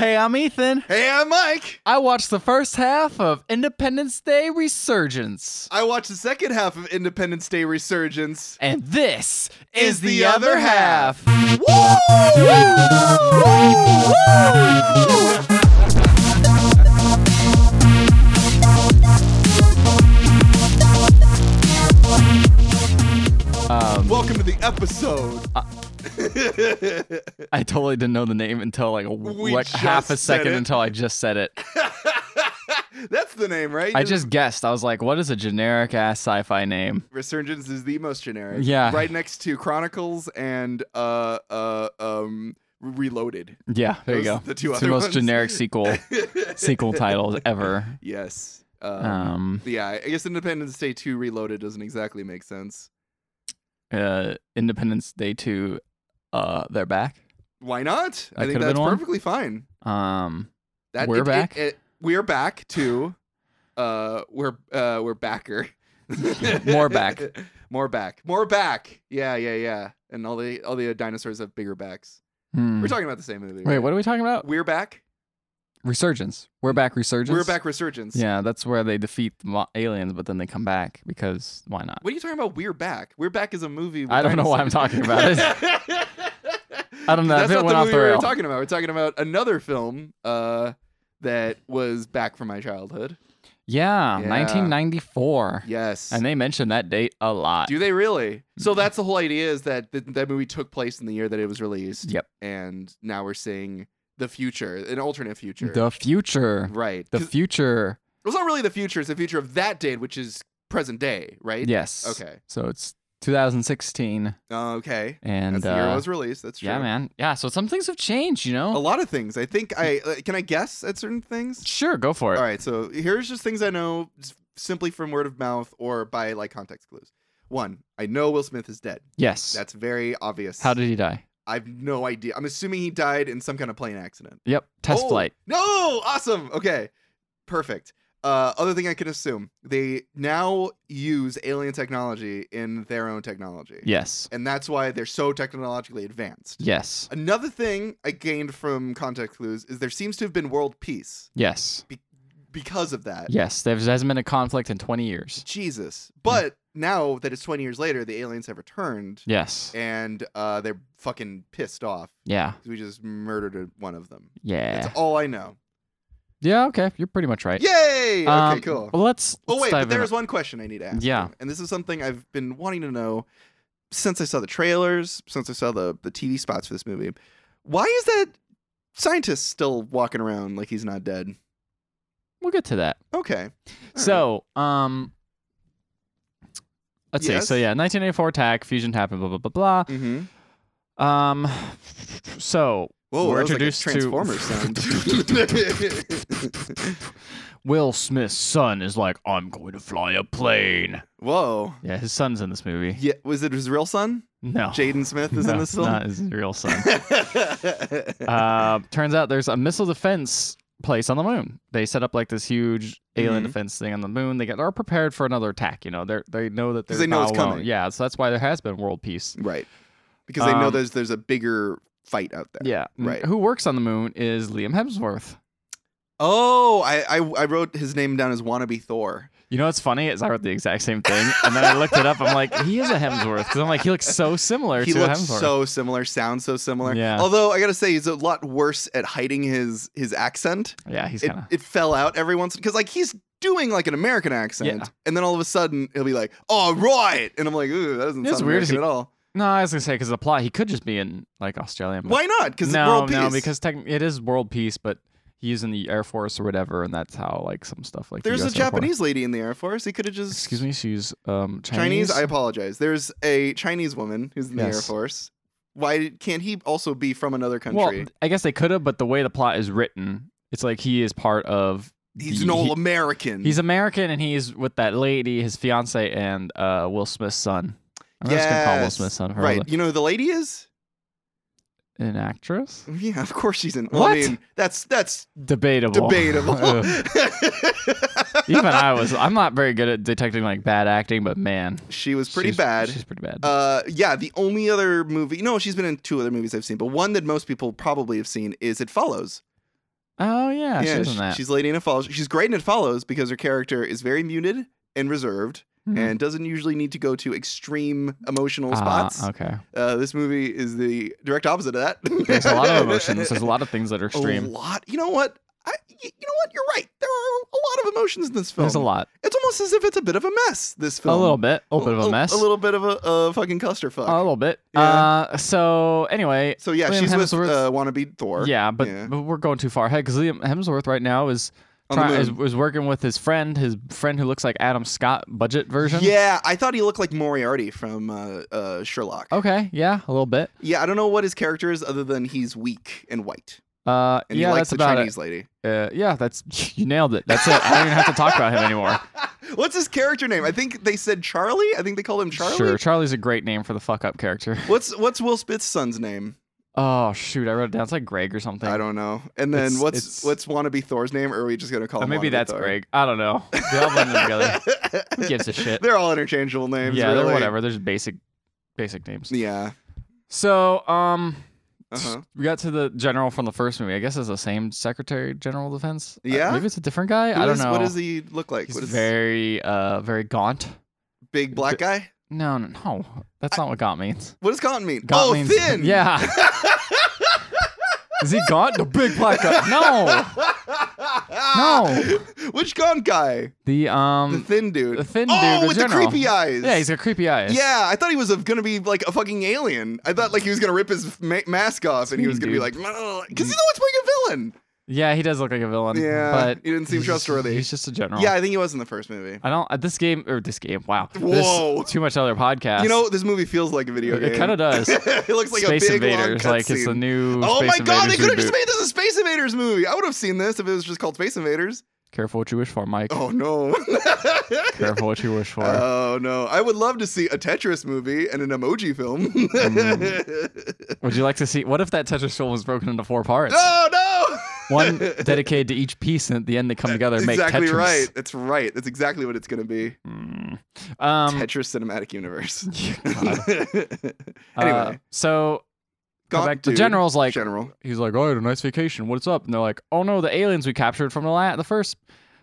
I'm Ethan. Hey, I'm Mike. I watched the first half of Independence Day Resurgence. I watched the second half of Independence Day Resurgence. And this is, the, other, half. Um, Welcome to the episode. I totally didn't know the name until like, a- We like just half a said second it. until I just said it. That's the name, right? uh, I just guessed. I was like, what is a generic ass sci fi name? Resurgence is the most generic. Yeah. Right next to Chronicles and uh uh um Reloaded. Yeah, there you Those- go. the two it's other the most ones. generic sequel sequel titles ever. Yes. Um, Yeah, I guess Independence Day 2 Reloaded doesn't exactly make sense. uh, Independence Day 2, uh, they're back. Why not? I That think could've been that's one. perfectly fine. Um, That We're it- it- back? it- we're back to uh we're uh we're backer. More back. More back. More back. Yeah, yeah, yeah. And all the all the dinosaurs have bigger backs. hmm. We're talking about the same movie. Wait, right? what are we talking about? We're back. Resurgence. We're back. Resurgence. We're back resurgence. Yeah, that's where they defeat the mo- aliens, but then they come back because why not? What are you talking about? We're back. We're back is a movie. with I don't know why I'm dinosaurs. talking about it. I don't know. That's It not went the off movie the we were rail. talking about. We're talking about another film uh, that was back from my childhood. Yeah, Yeah. 1994. Yes. And they mention that date a lot. Do they really? So Mm-hmm. that's the whole idea is that th- that movie took place in the year that it was released. Yep. And now we're seeing the future, an alternate future. The future. right. The 'Cause future. it's not really the future. It's the future of that date, which is present day, right? Yes. Okay. So it's 2016, Okay. and that's the year uh, it was released. That's true. yeah, man, yeah. So some things have changed, you A know. lot of things. I think I uh, can I guess at certain things. Oh. Sure, go for it. All right, so here's just things I know s- simply from word of mouth or by like context clues. One, I know Will Smith is dead. Yes. That's very obvious. How did he die? I've no idea. I'm assuming he died in some kind of plane accident. Yep. Test Oh, flight. No, awesome. Okay, perfect. Uh, other thing I can assume they now use alien technology in their own technology. Yes. and that's why they're so technologically advanced. Yes. Another thing I gained from context clues is there seems to have been world peace Yes. because of that. Yes. There hasn't been a conflict in 20 years. Jesus. Mm. But now that it's 20 years later, the aliens have returned Yes. and uh, they're fucking pissed off Yeah. 'cause we just murdered a- one of them. Yeah. That's all I know. Yeah, okay. You're pretty much right. Yay! Um, okay, cool. well, Let's, Oh, let's wait, dive but in. there's one question I need to ask. Yeah. you, And this is something I've been wanting to know since I saw the trailers, since I saw the, the TV spots for this movie. Why is that scientist still walking around like he's not dead? We'll get to that. Okay. All So, um, let's see. So, Yes. yeah, 1984 attack, fusion happened, blah, blah, blah, right. Mhm. blah. Um, so Whoa, We're that was like a introduced to- Transformers sound. Will Smith's son is like, I'm going to fly a plane. Whoa. Yeah, his son's in this movie. Yeah, was it his real son? No. Jaden Smith is no, in this it's film. Not his real son. uh, turns out there's a missile defense place on the moon. They set up like this huge alien Mhm. defense thing on the moon. They get are prepared for another attack. You know, they they know that 'Cause they're they know not it's alone. coming. Yeah, so that's why there has been world peace. right, because they know Um, there's there's a bigger fight out there. Yeah, N- Right. Who works on the moon is Liam Hemsworth. Oh, I, I I wrote his name down as wannabe Thor. You know what's funny is I wrote the exact same thing, and then I looked it up. I'm like, he is a Hemsworth because I'm like, he looks so similar He to looks Hemsworth. so similar, sounds so similar. Yeah. Although I gotta say, he's a lot worse at hiding his his accent. yeah, he's it, kind of it fell out every once because like he's doing like an American accent, and then all of a sudden he'll be like, "All right," and I'm like, "Ooh, that doesn't It's sound weird American as at all." no. I was gonna say because the plot, he could just be in like Australia. but- Why not? Because no, world peace. no, because techn- it is world peace, but he's in the air force or whatever, and that's how like some stuff like the There's a US Air Force- Japanese lady in the Air Force. He could have just Excuse me, she's um Chinese. Chinese. I apologize. There's a Chinese woman who's in the Air Yes. Force. Why can't he also be from another well, country? I guess they could have, but the way the plot is written, it's like he is part of. he's the- an old he- American. He's American, and he's with that lady, his fiance, and uh Will Smith's son. I'm just gonna call Will Yes. Smith's son her right. You know who the lady is? an actress. Yeah, of course she's in. Well, I What? mean, that's that's Debatable. debatable. Ugh. Even I was. I'm not very good at detecting like bad acting, but man, she was pretty she's- bad. She's pretty bad. Uh, yeah, the only other movie, no, she's been in two other movies I've seen, but one that most people probably have seen is It Follows. Oh yeah, she was in sh- that. she's Lady in It Follows. She's great in It Follows because her character is very muted and reserved Hmm. and doesn't usually need to go to extreme emotional Ah, spots. okay. Uh, this movie is the direct opposite of that. There's a lot of emotions. There's a lot of things that are A extreme. lot. You know what? I, y- you know what? You're right. There are a lot of emotions in this film. There's a lot. It's almost as if it's a bit of a mess. This film. A little bit. A little bit of a mess. A little bit of a, a fucking clusterfuck. A little bit. Yeah. Uh, so anyway, so yeah, Liam she's with Hemsworth- uh, wannabe Thor. yeah, but, yeah. but we're going too far ahead because Liam Hemsworth right now is, On the try, is moon. is working with his friend, his friend who looks like Adam Scott budget version. Yeah, I thought he looked like Moriarty from uh, uh, Sherlock. Okay. Yeah, a little bit. Yeah, I don't know what his character is other than he's weak and white, Uh, and yeah, he likes that's the about Chinese lady. it. Uh, yeah, that's you nailed it. That's it. I don't even have to talk about him anymore. What's his character name? I think they said Charlie. I think they called him Charlie. Sure, Charlie's a great name for the fuck up character. What's what's Will Smith's son's name? Oh shoot, I wrote it down. It's like Greg or something. I don't know. And then It's- what's it's- what's wannabe Thor's name? Or are we just gonna call Or him? maybe wannabe that's Thor? Greg. I don't know. They all blend together. Who gives a shit? They're all interchangeable names. yeah, really. they're whatever. There's basic, basic names. Yeah. So, um, Uh-huh. we got to the general from the first movie. I guess it's the same Secretary General of Defense. Uh, Yeah? maybe it's a different guy. Who I don't is- know. What does he look like? He's What is very, uh, very gaunt. big black guy? No, no, no. That's not what gaunt means. What does Cotton mean? Gaunt oh, means thin. Yeah. Is he gaunt? The big black guy. No. No. Which gaunt guy? The um. The thin dude. the thin oh, dude, the with general. the creepy eyes. yeah, he's got creepy eyes. Yeah, I thought he was going to be like a fucking alien. I thought like he was going to rip his ma- mask off and he was going to be Dude. like, because he's always playing a villain. Yeah, he does look like a villain. Yeah, but he didn't seem he's just- trustworthy. He's just a general. Yeah, I think he was in the first movie. I don't. uh, This game or this game. Wow. This- Whoa. too much other podcast. You know, this movie feels like a video It game. kinda does. it looks like Space a big Invaders. long Like it's the cutscene. new. Oh Space my god, they Invaders could have just reboot. made this a Space Invaders movie. I would have seen this if it was just called Space Invaders. Careful what you wish for, Mike. Oh no. Careful what you wish for. Oh no! I would love to see a Tetris movie and an emoji film. Mm. Would you like to see? What if that Tetris film was broken into four parts? oh no! One dedicated to each piece, and at the end they come together and make exactly Tetris. right. That's right. That's exactly what it's going to be. Mm. Um. Tetris cinematic universe. God. anyway, Uh, so go Gaunt back. The dude, general's like, general. he's like, "Oh, I had a nice vacation. What's up?" And they're like, "Oh no, the aliens we captured from the la- the first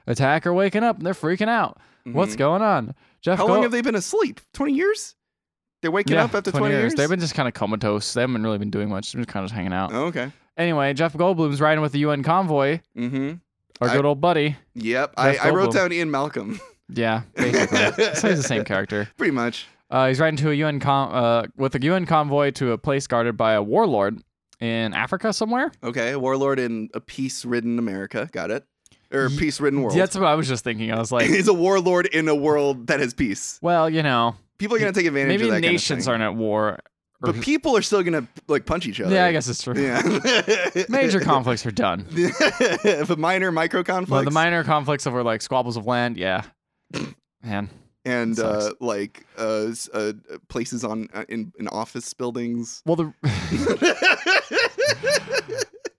attack are waking up and they're freaking out. What's Mhm. going on?" Jeff, How go- long have they been asleep? Twenty years? They're waking yeah, up after twenty, years. They've been just kind of comatose. They haven't really been doing much. They've been kind of just hanging out. Oh, okay. Anyway, Jeff Goldblum's riding with the UN convoy, Mm-hmm. our I- good old buddy. Yep. I, Jeff I wrote Goldblum. down Ian Malcolm. Yeah, basically, so he's the same character. Pretty much. Uh, he's riding to a UN con- uh, with a UN convoy to a place guarded by a warlord in Africa somewhere. Okay. a warlord in a peace-ridden America. Got it. Or Ye- peace-ridden world. That's what I was just thinking. I was like, He's a warlord in a world that has peace. well, you know, People are gonna take advantage maybe of that. nations kind aren't at war. or- of thing. But people are still gonna like punch each other. yeah, I guess it's true. Yeah. Major conflicts are done. but minor micro conflicts. Well, the minor conflicts over like squabbles of land, yeah. Man, and Sucks. uh, like uh, s- uh, places on uh, in, in office buildings. well, the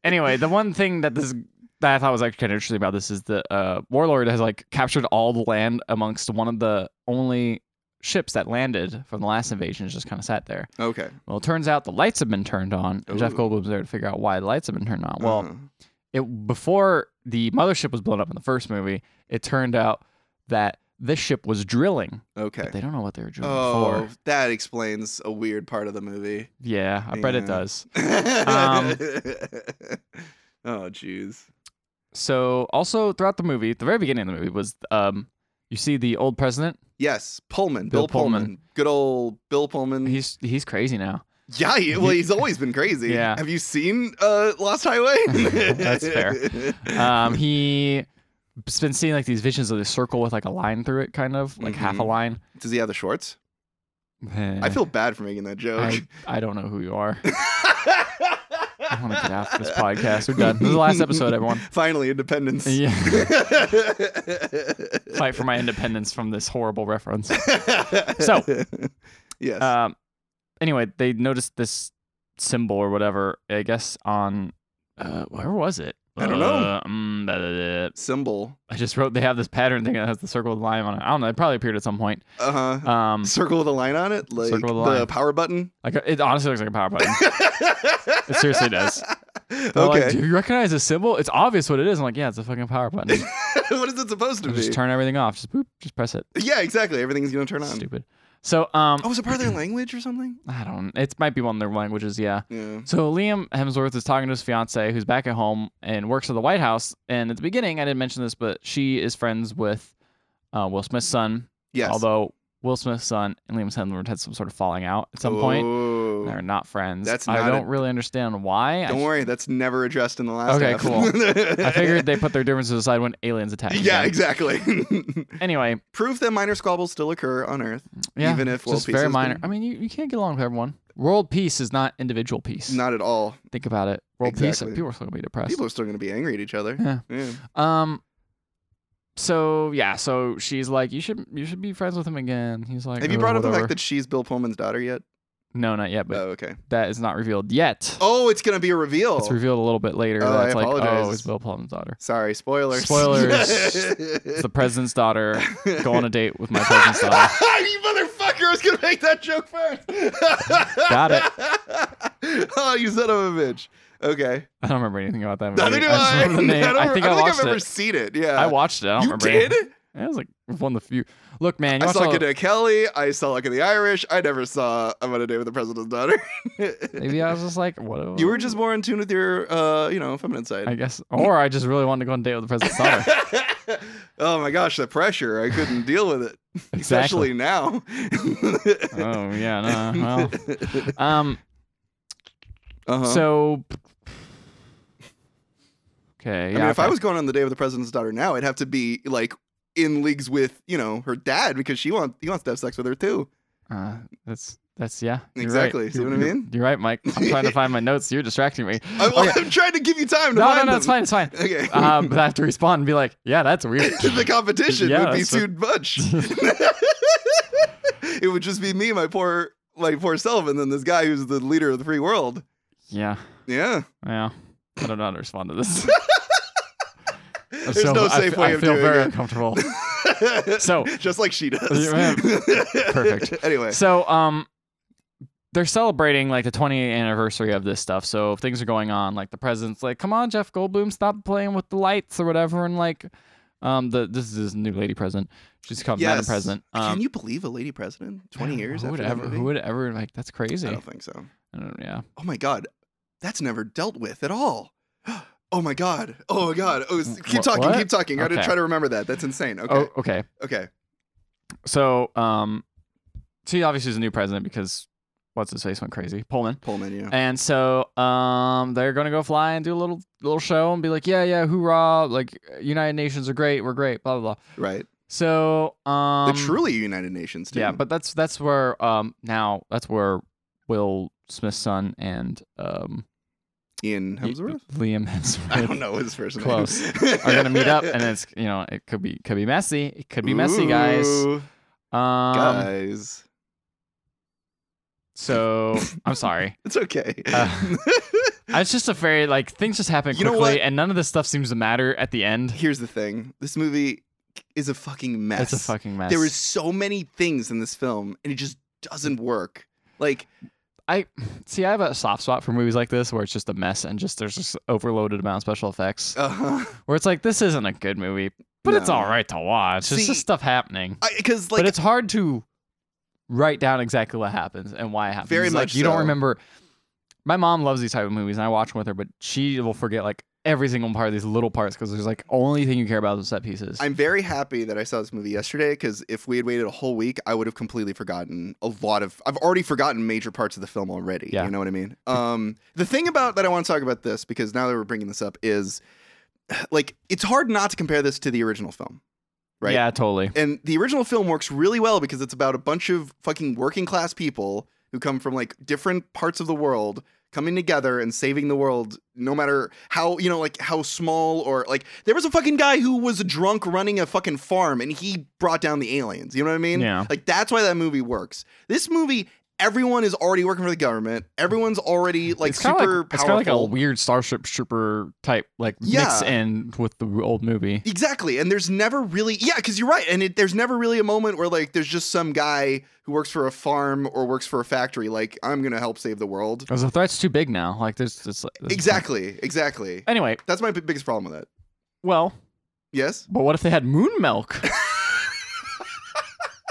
anyway, the one thing that this that I thought was actually kind of interesting about this is the uh, warlord has like captured all the land amongst one of the only ships that landed from the last invasion. It's just kind of sat there. okay. Well, it turns out the lights have been turned on, and Jeff Ooh. Goldblum's there to figure out why the lights have been turned on. Well, Uh-huh. it before the mothership was blown up in the first movie, it turned out that this ship was drilling, okay. but they don't know what they were drilling Oh, for. that explains a weird part of the movie. Yeah, I bet it Yeah. does. Um, oh, jeez. So, also throughout the movie, at the very beginning of the movie was um, you see the old president. Yes, Pullman, Bill Bill, Pullman. good old Bill Pullman. He's he's crazy now. yeah, he, well, he's always been crazy. Yeah. Have you seen uh, Lost Highway? That's fair. Um, he. has been seeing like these visions of the circle with like a line through it, kind of like half a Mhm. line. Does he have the shorts? I Eh, feel bad for making that joke. I, I don't know who you are. I I want to get off this podcast. We're done. This is the last episode, everyone. Finally, independence. Yeah. Fight for my independence from this horrible reference. So. yes. Um, anyway, they noticed this symbol or whatever. I guess on uh, where was it? I don't know. Uh, mm, blah, blah, blah. Symbol. I just wrote they have this pattern thing that has the circle with lime on it. I don't know. It probably appeared at some point. Uh huh. Um, Circle with a line on it, like Circle with a the line. power button. like it honestly looks like a power button. it seriously does. They're like, okay. do you recognize this symbol? It's obvious what it is. I'm like, yeah, it's a fucking power button. what is it supposed to Or be? just turn everything off. Just boop. Just press it. yeah, exactly. Everything's gonna turn on. Stupid. So um, Oh, is it part of their language or something? I don't. It might be one of their languages. Yeah. Yeah. So Liam Hemsworth is talking to his fiance, who's back at home and works at the White House. And at the beginning, I didn't mention this, but she is friends with uh, Will Smith's son. Yes. Although Will Smith's son and Liam Hemsworth had some sort of falling out at some point. Ooh. They're not friends. That's I not a- don't really understand why. I Don't just- worry, that's never addressed in the last. Okay, half. cool. I figured they put their differences aside when aliens attack. Yeah, again. exactly. Anyway, Proof that minor squabbles still occur on Earth, yeah, even if world just peace very has minor. been- I mean, you, you can't get along with everyone. World peace is not individual peace. Not at all. Think about it. World Exactly. peace. People are still gonna be depressed. People are still going to be angry at each other. Yeah. Yeah. Um. So yeah, so she's like, you should you should be friends with him again. He's like, Have you "Oh, brought up the whatever." fact that she's Bill Pullman's daughter yet? No, not yet, but oh, okay. that is not revealed yet. Oh, it's going to be a reveal. It's revealed a little bit later. Oh, that I it's like, apologize. oh, it's Bill Plum's daughter. Sorry, spoilers. Spoilers. It's the president's daughter. Go on a date with my president's daughter. you motherfucker! I was gonna make that joke first. Got it. oh, you son of a bitch. Okay. I don't remember anything about that movie. Neither do I just I. remember the name. I, don't, I think I, don't watched I've ever it. seen it. Yeah. I watched it. I don't You remember. did? It was like one of the few. Look, man, you I watched saw all- Good Day Kelly. I saw Luck of the Irish. I never saw I'm on a date with the president's daughter. Maybe I was just like, what? you were just more in tune with your, uh, you know, feminine I side. guess, or I just really wanted to go on a date with the president's daughter. oh my gosh, the pressure! I couldn't deal with it, especially now. Oh yeah, no. Well, um. uh-huh. So. Okay. I Yeah. mean, if I okay. was going on the date with the president's daughter now, I'd have to be like in leagues with you know her dad because she wants he wants to have sex with her too. Uh, that's that's yeah. you're right. Exactly, see You're- what I you're- mean? You're right, Mike. I'm trying to find my notes. You're distracting me. I'm, Okay. I'm trying to give you time to No, no, find no. It's them. fine. It's fine. Okay. Um, but I have to respond and be like, yeah, that's weird. the competition Yeah, would be that's what- too much. it would just be me, my poor, my poor self, and then this guy who's the leader of the free world. yeah. Yeah, Yeah. I don't know how to respond to this. I'm there's so- no I safe f- way I of feel doing very it. uncomfortable. So- just like she does. Yeah, Perfect. Anyway, So, um, they're celebrating like the 20th anniversary of this stuff. So if things are going on, like the president's like, "Come on, Jeff Goldblum, stop playing with the lights or whatever," and like, um, the this is this new lady president. She's called Madam Yes. President. can Um, you believe a lady president? Twenty years Who after would that ever? movie? Who would ever like? That's crazy. I don't think so. I don't- yeah. Oh my god, that's never dealt with at all. Oh my god. Oh my god. Oh, s- keep Wha- talking. what? Keep talking. I gotta Okay. try to remember that. That's insane. Okay. Oh, okay. Okay. So, um, she obviously is a new president because what's his face went crazy, Pullman. Pullman. Yeah. And so um, they're gonna go fly and do a little little show and be like, yeah, yeah, hoorah! Like United Nations are great, we're great, blah blah blah. Right. So um, the truly United Nations. Too. yeah, but that's that's where um now that's where Will Smith's son and um Ian y- Hemsworth. Liam I don't Hemsworth know his first name. Close. are gonna meet up, and it's you know it could be could be messy, it could be messy, guys. Um, Ooh, guys, so I'm sorry. it's okay. Uh, It's just a very like things just happen You know quickly, what? and none of this stuff seems to matter at the end. Here's the thing: this movie is a fucking mess. It's a fucking mess. There is so many things in this film, and it just doesn't work. Like, I see. I have a soft spot for movies like this where it's just a mess and just there's just overloaded amount of special effects. uh, where it's like this isn't a good movie, but it's No. all right to watch. It's See, just stuff happening, because but like it's hard to write down exactly what happens and why it happens. Very It's much like you so. don't remember. My mom loves these type of movies, and I watch them with her, but she will forget like every single part of these little parts because there's like only thing you care about is the set pieces. I'm very happy that I saw this movie yesterday because if we had waited a whole week, I would have completely forgotten a lot of. I've already forgotten major parts of the film already. Yeah. You know what I mean? Um, the thing about that I want to talk about this because now that we're bringing this up is, like, it's hard not to compare this to the original film, right? Yeah, totally. And the original film works really well because it's about a bunch of fucking working class people who come from like different parts of the world coming together and saving the world no matter how you know like how small or like there was a fucking guy who was drunk running a fucking farm and he brought down the aliens you know what i mean Yeah. like that's why that movie works this movie everyone is already working for the government. Everyone's already like it's kinda super like, It's kind powerful. of like a weird Starship Trooper type, like mix Yeah. in with the old movie. Exactly. And there's never really, yeah, because you're right. And it, there's never really a moment where, like, there's just some guy who works for a farm or works for a factory, like, I'm going to help save the world. Because the threat's too big now. Like there's, there's, there's Exactly. Exactly. Anyway, That's my b- biggest problem with it. well, Yes? but what if they had moon milk?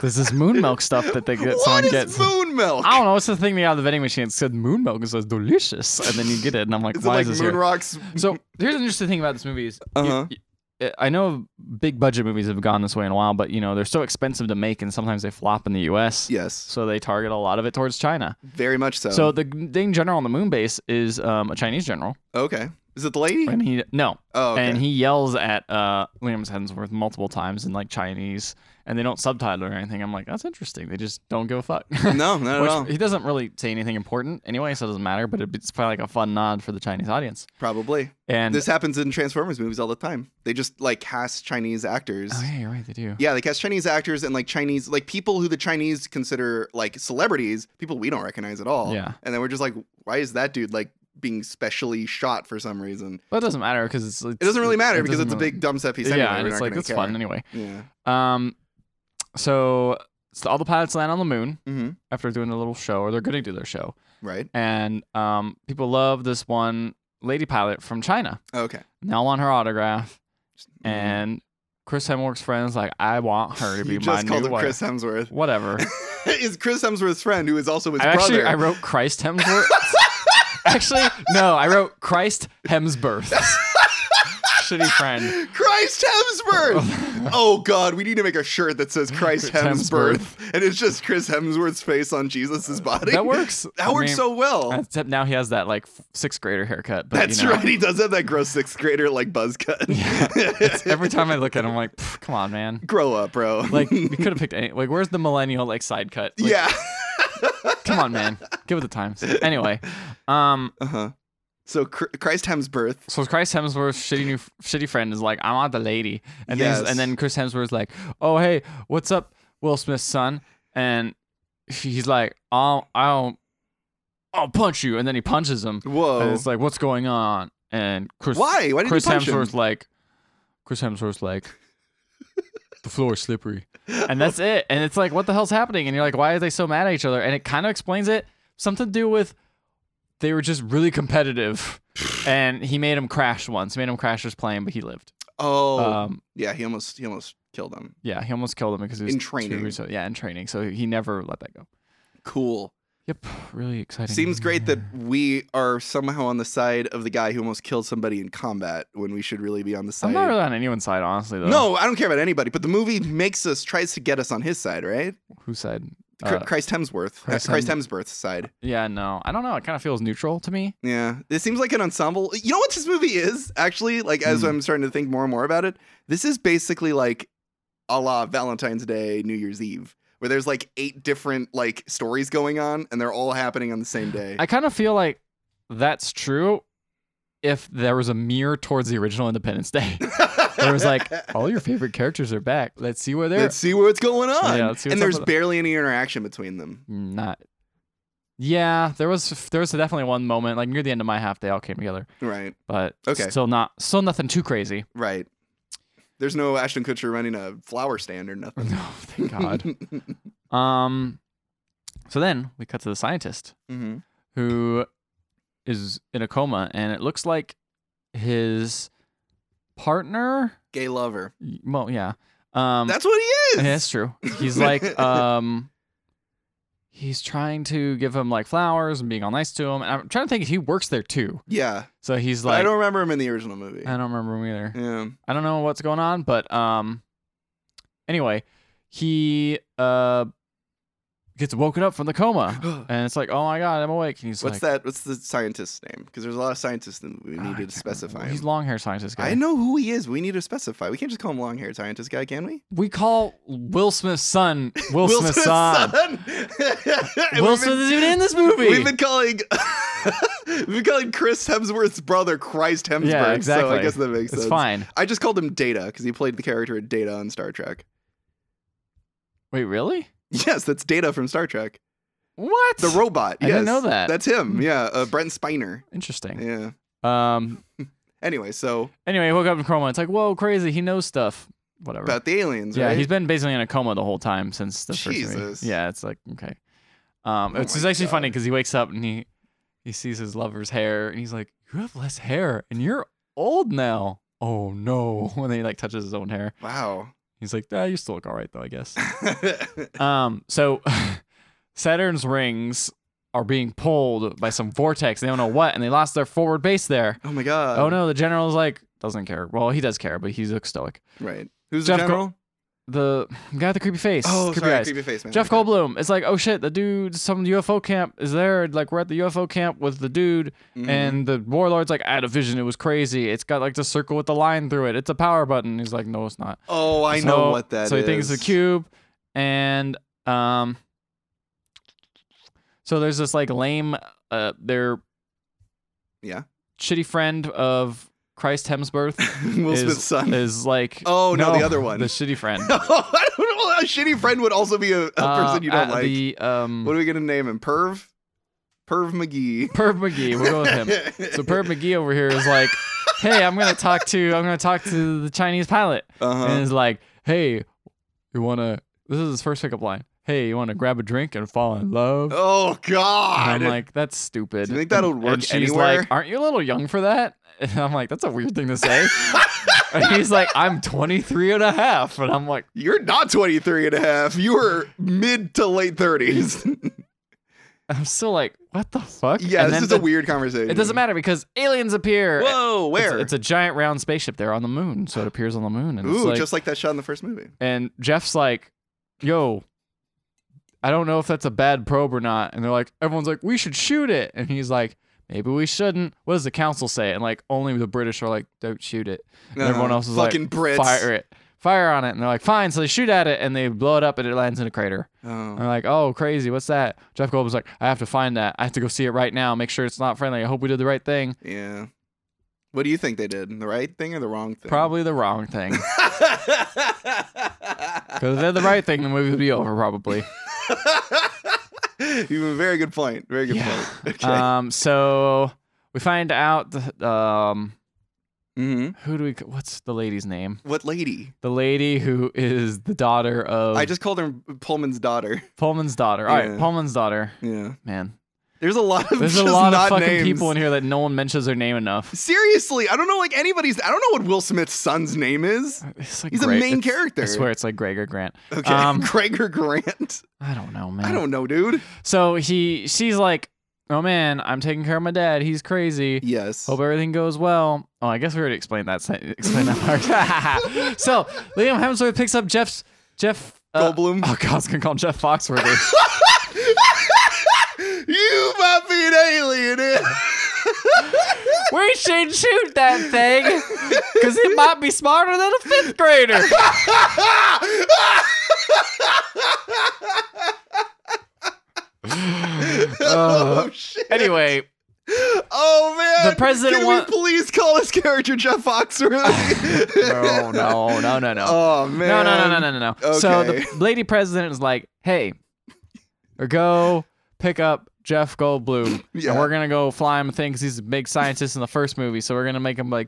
There's this moon milk stuff that they get. What someone is gets. moon milk? I don't know. It's the thing they got at the vending machine. It said moon milk. It says delicious, and then you get it, and I'm like, Is it why like is this moon here? rocks? So here's an interesting thing about this movie is you- Uh-huh. you- I know big budget movies have gone this way in a while, but you know they're so expensive to make, and sometimes they flop in the U.S. Yes. So they target a lot of it towards China. Very much so. So the main general on the moon base is um, a Chinese general, okay. Is it the lady? and he no, Oh, okay. and he yells at uh, Liam Hemsworth multiple times in like Chinese, and they don't subtitle or anything. I'm like, that's interesting. They just don't give a fuck. no, not at Which- all. he doesn't really say anything important anyway, so it doesn't matter. But it's probably like a fun nod for the Chinese audience. Probably. And this happens in Transformers movies all the time. They just, like, cast Chinese actors. oh yeah, you're right, they do. Yeah, they cast Chinese actors and like Chinese, like people who the Chinese consider like celebrities, people we don't recognize at all. Yeah. And then we're just like, why is that dude like being specially shot for some reason? But it doesn't matter because it's, it's It doesn't really matter it because it's doesn't a big dumb set piece. really- Anyway. yeah, We're and it's not like gonna it's care. fun anyway. Yeah. Um, so, so all the pilots land on the moon hmm after doing their little show, or they're going to do their show, Right. and um, people love this one lady pilot from China. Okay. Now want her autograph, Mhm. and Chris Hemsworth's friends like, I want her to be Mm-hmm. you my just new called him wife. Chris Hemsworth. Whatever. is Chris Hemsworth's friend who is also his I actually brother? I wrote Christ Hemsworth. actually, no, I wrote Christ Hemsworth. Shitty friend. Christ Hemsworth! oh God, we need to make a shirt that says Christ Chris Hemsworth. Uh, Hemsworth, and it's just Chris Hemsworth's face on Jesus' body. That works. That I works mean, so well. Except now he has that like f- sixth grader haircut. But, That's you know, right. He does have that gross sixth grader like buzz cut. Yeah. Every time I look at him, I'm like, "Pff, come on, man. Grow up, bro. Like you could have picked any. Like where's the millennial like side cut? Like, yeah. Come on, man. Give it the times. Anyway, um, Uh huh. So Chr- Christ Hemsworth. so Chris Hemsworth's shitty new shitty friend is like, I want the lady, and then he's- Yes. and then Chris Hemsworth's like, oh hey, what's up, Will Smith's son? And he's like, I'll I'll I'll punch you, and then he punches him, and Whoa. it's like, what's going on? And Chris, Why? Why did Chris you punch Hemsworth's him? like, Chris Hemsworth's like, the floor is slippery, and that's it. And it's like, what the hell's happening? And you're like, why are they so mad at each other? And it kind of explains it. Something to do with they were just really competitive, and he made him crash once. He made him crash his plane, but he lived. Oh, Um, yeah. He almost he almost killed him. yeah, he almost killed him because he was In too- training. so- yeah, in training. So he never let that go. Cool. Yep, really exciting. Seems great that we are somehow on the side of the guy who almost killed somebody in combat when we should really be on the I'm side. not really on anyone's side, honestly. Though. no, I don't care about anybody, but the movie makes us tries to get us on his side, right? who said? Chr- Uh, Christ Hemsworth, Uh, Christ Christ, Hemsworth's side. yeah, no, I don't know. It kind of feels neutral to me. Yeah, this seems like an ensemble. You know what this movie is actually? Like as Hmm. I'm starting to think more and more about it, this is basically like a la Valentine's Day, New Year's Eve, where there's like eight different like stories going on, and they're all happening on the same day. I kind of feel like that's true if there was a mirror towards the original Independence Day. there was like, all your favorite characters are back. Let's see where they're let's see what's going on. Yeah, let's see and what's up there's with it. barely any interaction between them. not. Yeah, there was there was definitely one moment like near the end of my half they all came together, Right, but Okay. still not still nothing too crazy. right. There's no Ashton Kutcher running a flower stand or nothing. No, thank God. um, so then we cut to the scientist Mhm. who is in a coma, and it looks like his partner. Gay lover. Well, yeah. Um, That's what he is. Yeah, that's true. He's like, um, he's trying to give him like flowers and being all nice to him. And I'm trying to think if he works there too. Yeah. So he's But like, Uh, I don't remember him in the original movie. I don't remember him either. Yeah. I don't know what's going on, but um, anyway, he uh gets woken up from the coma, and it's like, oh my god, I'm awake. And he's What's like, that? What's the scientist's name? Because there's a lot of scientists that we "Oh, I needed can't to specify. remember." He's him. long hair scientist guy. I know who he is. We need to specify. We can't just call him long haired scientist guy, can we? We call Will Smith's son Will, Smith's son. son. Will We've Smith been- is even in this movie. We've been calling. We've been calling Chris Hemsworth's brother Christ Hemsworth. Yeah, So exactly. I guess that makes it's sense. fine. I just called him Data because he played the character of Data on Star Trek. Wait, really? Yes, that's Data from Star Trek. What? The robot. I didn't yes. know that. Hmm. That's him. Yeah, uh, Brent Spiner. Interesting. Yeah. Um. Anyway, so Anyway, he woke up in coma. It's like, whoa, crazy. He knows stuff. Whatever. about the aliens, yeah, right? he's been basically in a coma the whole time since the first Jesus. movie. Yeah, it's like okay. Um, Oh it's, my it's actually funny God. because he wakes up and he he sees his lover's hair and he's like, "You have less hair and you're old now." Oh no! When he like touches his own hair, wow. he's like, "Ah, you still look all right though, I guess." Oh um, so Saturn's rings are being pulled by some vortex. They don't know what, and they lost their forward base there. oh my god. oh no! The general's like doesn't care. Well, he does care, but he's like stoic. Right. Who's Jeff the Go- general? The guy with the creepy face. oh, creepy sorry, eyes. creepy face man. Jeff Okay. Goldblum. It's like, oh shit, the dude, some UFO camp is there. Like, we're at the UFO camp with the dude, Mhm. and the warlord's like, I had a vision. It was crazy. It's got like the circle with the line through it. It's a power button. He's like, no, it's not. Oh, I So- know what that is. So he thinks it's a cube, and um, so there's this like lame, uh, their Yeah. shitty friend of Christ Hemsworth. Will is, Smith's son. is like, Oh, no, the other one. the shitty friend. I don't know. A shitty friend would also be a, a person you don't Uh, like. The um, What are we gonna name him? Perv? Perv McGee. Perv McGee. We'll go with him. So Perv McGee over here is like, hey, I'm gonna talk to I'm gonna talk to the Chinese pilot, and Uh-huh. is like, hey, you wanna? This is his first pickup line. Hey, you wanna grab a drink and fall in love? And Oh I'm God. like, that's stupid. Do you think that'll And- work and she's anywhere? like, aren't you a little young for that? And I'm like, that's a weird thing to say. and he's like, I'm 23 and a half, and I'm like, You're not 23 and a half. You were mid to late 30s. I'm still like, what the fuck? yeah, And this then is a the- weird conversation. It doesn't matter because aliens appear. Whoa, It's- where? It's, a giant round spaceship there on the moon, so it appears on the moon. And it's Ooh, like, just like that shot in the first movie. and Jeff's like, "Yo, I don't know if that's a bad probe or not." And they're like, "Everyone's like, we should shoot it," and he's like, "Maybe we shouldn't." What does the council say? And like, only the British are like, "Don't shoot it," and everyone Uh-huh. else is fucking like, Brits. "Fire it." Fire on it, and they're like, fine. So they shoot at it, and they blow it up, and it lands in a crater. And Oh. they're like, oh, crazy, what's that? Jeff Goldblum's like, I have to find that. I have to go see it right now. Make sure it's not friendly. I hope we did the right thing. Yeah. What do you think they did? The right thing or the wrong thing? Probably the wrong thing. Because if they're the right thing, the movie would be over probably. you have a very good point. Very good Yeah. point. Okay. Um, so we find out the, um, hmm who do we? What's the lady's name? What lady? The lady who is the daughter of I just called her Pullman's daughter. Pullman's daughter. All right, Yeah. Pullman's daughter. Yeah. Man, There's a lot of there's a just lot of not fucking names. people in here that no one mentions their name enough. Seriously, I don't know like anybody's. I don't know what Will Smith's son's name is. It's like He's a Greg- main it's- character. I swear it's like Gregor Grant. Okay, Um, Gregor Grant. I don't know, man. I don't know, dude. So he, she's like, oh man, I'm taking care of my dad. He's crazy. Yes. Hope everything goes well. Oh, I guess we already explained that. sen- Explain that part. so Liam Hemsworth picks up Jeff's Jeff uh, Goldblum. Oh God, I was gonna call him Jeff Foxworthy. you might be an alien. eh? we should shoot that thing because it might be smarter than a fifth grader. Uh, oh shit. Anyway, Oh man. The president Can wa- we please call this character Jeff Foxworthy? no, no, no, no, no, Oh man. no, no, no, no, no, no. So the Okay. lady president is like, "Hey, or go pick up." Jeff Goldblum, Yeah. and we're gonna go fly him a thing because he's a big scientist in the first movie. So we're gonna make him like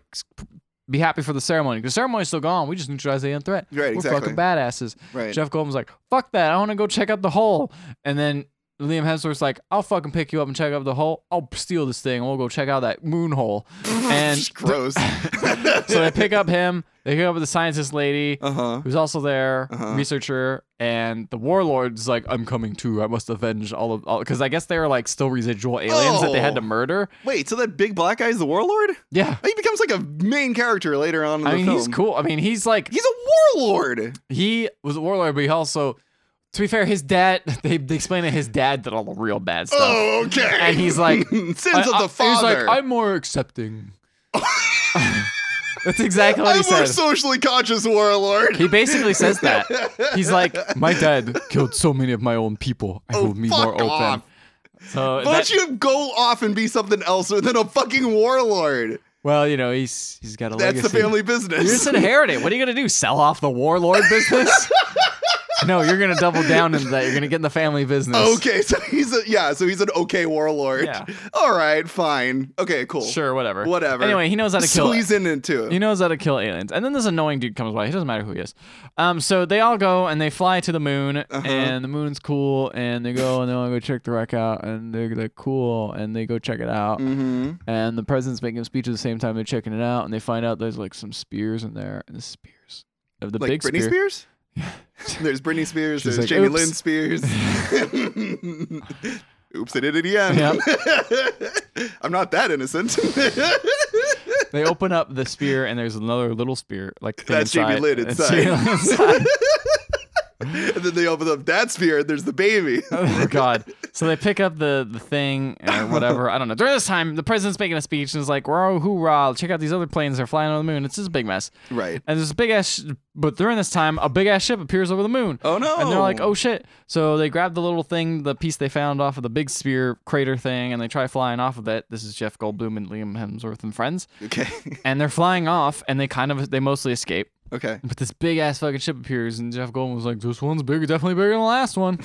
be happy for the ceremony. 'Cause The ceremony's still gone. We just neutralized the alien threat. Right, we're exactly. fucking badasses. Right. Jeff Goldblum's like, fuck that. I want to go check out the hole. And then Liam Hemsworth's like, I'll fucking pick you up and check out the hole. I'll steal this thing. and We'll go check out that moon hole. and gross. so they pick up him. They pick up the scientist lady uh-huh. who's also there, Uh-huh. researcher, and the warlord's like, I'm coming too. I must avenge all of all because I guess they were like still residual aliens that they had Oh. to murder. Wait, so that big black guy is the warlord? Yeah. He becomes like a main character later on in the I mean, film. he's cool. I mean, he's like He's a warlord. he was a warlord, but he also, to be fair, his dad. They, they explain that his dad did all the real bad stuff. Oh, okay. And he's like- sins I- of I- the father. He's like, I'm more accepting. That's exactly what I'm he more says. socially conscious warlord. he basically says that. He's like, my dad killed so many of my own people. I Oh, will be fuck more off. open. So Why that, don't you go off and be something else than a fucking warlord? well, you know, he's he's got a That's legacy. the family You business. just inherit it. What are you gonna do? Sell off the warlord business? no, you're gonna double down into that. You're gonna get in the family business. Okay, so he's a yeah, so he's an okay warlord. Yeah. All right, fine. Okay, cool. Sure, whatever. Whatever. Anyway, he knows how to kill. So he's in it too. He knows how to kill aliens. And then this annoying dude comes by. He doesn't matter who he is. Um, so they all go and they fly to the moon, Uh-huh. and the moon's cool, and they go and they want to go check the wreck out, and they're, they're cool, and they go check it out. mm-hmm. And the president's making a speech at the same time they're checking it out, and they find out there's like some spears in there, and the spears of the Like big Britney spear. Spears? There's Britney Spears, She's there's like, Jamie "Oops." Lynn Spears. Oops, I did it again. I'm not that innocent. They open up the spear, and there's another little spear like thing That's Jamie inside. Lynn It's inside. Jamie Lynn inside. and then they open up that spear and there's the baby. oh god so they pick up the the thing and whatever i don't know during this time the president's making a speech and is like whoa hoorah check out these other planes they're flying on the moon it's just a big mess right. and there's a big ass sh- but during this time a big ass ship appears over the moon Oh no. and they're like oh shit so they grab the little thing the piece they found off of the big spear crater thing and they try flying off of it this is jeff goldblum and liam hemsworth and friends Okay. and they're flying off and they kind of they mostly escape Okay. but this big ass fucking ship appears and jeff goldblum was like this one's bigger definitely bigger than the last one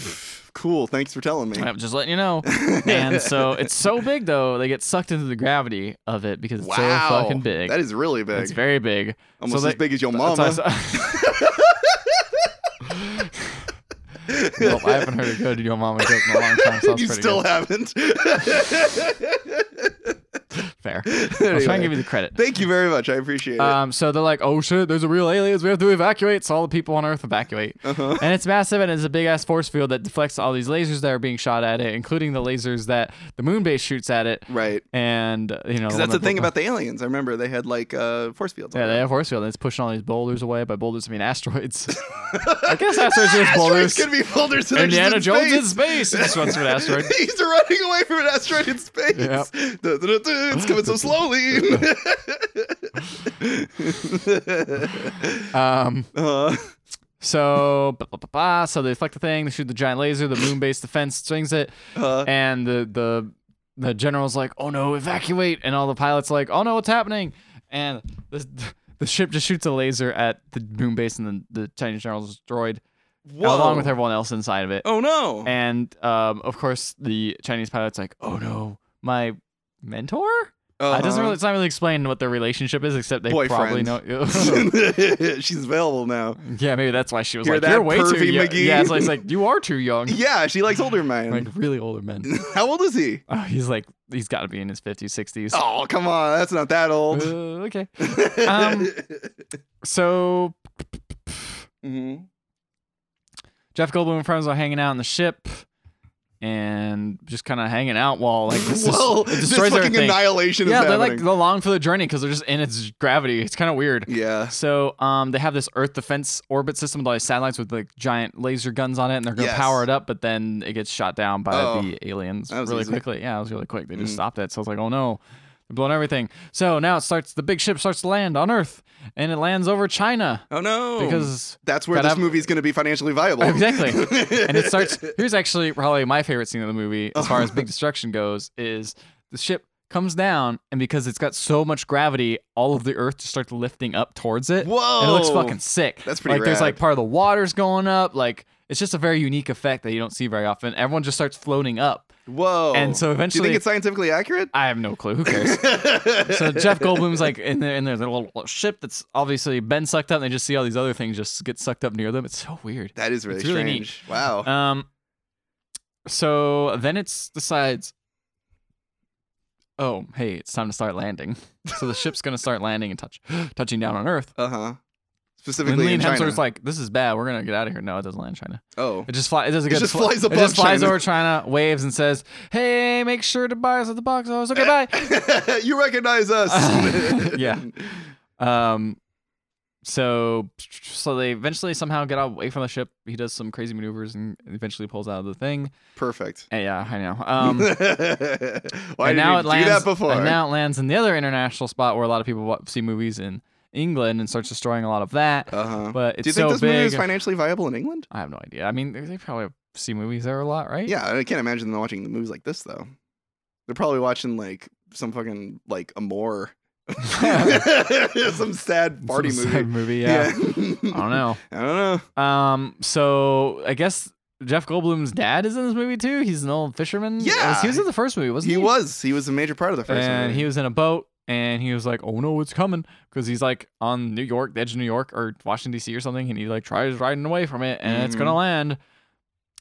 Cool. Thanks for telling me. I'm just letting you know. and so it's so big though, they get sucked into the gravity of it because it's wow. so fucking big. That is really big. It's very big. Almost so as they- big as your that's mama. also- Well, I haven't heard a good your mama joke in a long time. So you that's still pretty good. haven't. fair. I'll try Anyway. and give you the credit. Thank you very much. I appreciate it. Um, so they're like, oh shit, there's a real aliens. We have to evacuate. So all the people on Earth evacuate. Uh-huh. And it's massive and it's a big ass force field that deflects all these lasers that are being shot at it, including the lasers that the moon base shoots at it. right. And, uh, you know, Because that's the thing about the aliens. I remember they had like uh, force fields. on Yeah, they them. have force field. And it's pushing all these boulders away. By boulders, I mean asteroids. I guess asteroids are just Asteroids boulders. could be boulders. so they're just Indiana in Jones space. in space. He just runs through an asteroid. He's running away from an asteroid in space. Yep. Duh, duh, duh, duh, It's coming so slowly. Um, uh, so, ba- ba- ba- ba. so they deflect the thing. They shoot the giant laser. The moon base defense swings it, uh, and the the the general's like, "Oh no, evacuate!" And all the pilots are like, "Oh no, what's happening?" And the the ship just shoots a laser at the moon base, and the the Chinese general's destroyed, whoa. along with everyone else inside of it. Oh no. And um, of course, the Chinese pilot's like, "Oh no, my mentor." Uh, it Uh-huh. doesn't really. It's not really explained what their relationship is, except they probably Boyfriend. know. really. Uh-huh. She's available now. yeah, maybe that's why she was You're like, that "You're way too pervy young." McGee. Yeah, it's like, it's like you are too young. Yeah, she likes older men. Like really older men. How old is he? Oh, he's like, he's got to be in his fifties, sixties. Oh, come on. That's not that old. Uh, okay. Um, So Mhm. Jeff Goldblum and friends are hanging out on the ship, and just kind of hanging out while like this, is- Well, it this destroys fucking everything. annihilation yeah, is they're like happening. along for the journey because they're just in its gravity. It's kind of weird. yeah. So um, they have this Earth defense orbit system with all these satellites with like giant laser guns on it, and they're gonna Yes. power it up, but then it gets shot down by Oh. the aliens That was really easy. quickly. Yeah, it was really quick. They just Mm. stopped it. So I was like, oh no, they're blowing everything. So now it starts. The big ship starts to land on Earth, and it lands over China Oh no. because that's where Gotta this have- movie's going to be financially viable. exactly. and it starts. Here's actually probably my favorite scene of the movie as far as big destruction goes. Is the ship comes down, and because it's got so much gravity, all of the Earth just starts lifting up towards it. Whoa. And it looks fucking sick. That's pretty Like there's like rad. part of the water's going up. Like it's just a very unique effect that you don't see very often. Everyone just starts floating up, Whoa. and so Oh. do you eventually, think it's scientifically accurate? I have no clue. Who cares? so Jeff Goldblum's like in there, in their little ship that's obviously been sucked up. and They just see all these other things just get sucked up near them. It's so weird. that is really It's really neat. strange. Wow. Um. So then it's decides. Oh, hey, it's time to start landing. So the ship's gonna start landing and touch, touching down on Earth. Uh huh. And Specifically Liam in China. Hemsworth's like, "This is bad. We're gonna get out of here." No, it doesn't land in China. oh. It just flies. It doesn't It get. just fly- flies It just above flies China. over China, waves, and says, "Hey, make sure to buy us at the box office." Okay, bye. Oh. you recognize us. Yeah. Um, so so they eventually somehow get away from the ship. He does some crazy maneuvers and eventually pulls out of the thing. Perfect. And yeah, I know. Um, Why did and now you it do lands, that before? And now it lands in the other international spot where a lot of people wa- see movies in England and starts destroying a lot of that. uh-huh. But it's Do you think so this big. movie is financially viable in England? I have no idea. I mean, they probably see movies there a lot, right? Yeah, I can't imagine them watching the movies like this though. They're probably watching like some fucking like Amore Some sad party Some movie. sad movie, yeah. I Yeah. don't know. I don't know. Um, so I guess Jeff Goldblum's dad is in this movie too. He's an old fisherman. Yeah. Was- he was in the first movie, wasn't He he? was. He was a major part of the first and movie. he was in a boat, and he was like, "Oh no, it's coming!" Because he's like on New York, the edge of New York or Washington D.C. or something, and he like tries riding away from it, and it's Mhm. gonna land.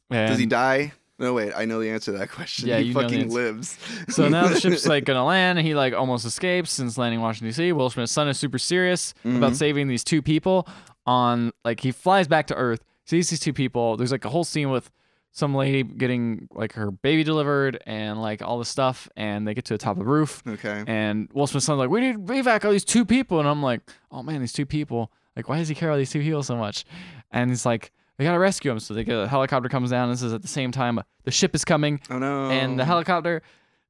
Does he And die? No, wait. I know the answer to that question. Yeah, he you know the fucking answer. lives. So now the ship's like gonna land, and he like almost escapes since landing in Washington D.C. Will Smith's son is super serious about Mhm. saving these two people. On like he flies back to Earth, sees these two people. There's like a whole scene with some lady getting like her baby delivered and like all this stuff, and they get to the top of the roof, okay. and Will Smith's son's like, "We need to evac all these two people," and I'm like, "Oh man, these two people! Like, why does he care about these two people so much?" And he's like, "They gotta rescue him." So they get a helicopter comes down. This is at the same time uh, the ship is coming Oh no. and the helicopter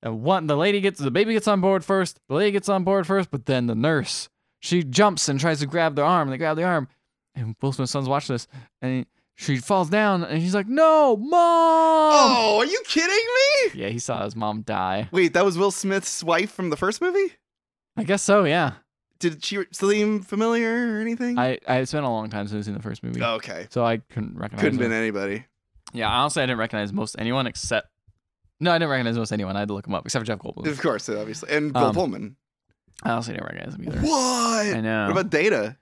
and one the lady gets the baby gets on board first the lady gets on board first but then the nurse she jumps and tries to grab their arm they grab the arm and will smith's son's watching this and she falls down and he's like no mom Oh, are you kidding me? yeah he saw his mom die Wait, that was Will Smith's wife from the first movie. i guess so yeah Did she seem familiar or anything? i i it's been a long time since i've seen the first movie okay. so i couldn't recognize Couldn't him. been anybody. yeah honestly i didn't recognize most anyone except no i didn't recognize most anyone i had to look him up except for jeff goldblum Of course, obviously, and Bill Um, Pullman. i honestly didn't recognize him either What? i know What about Data?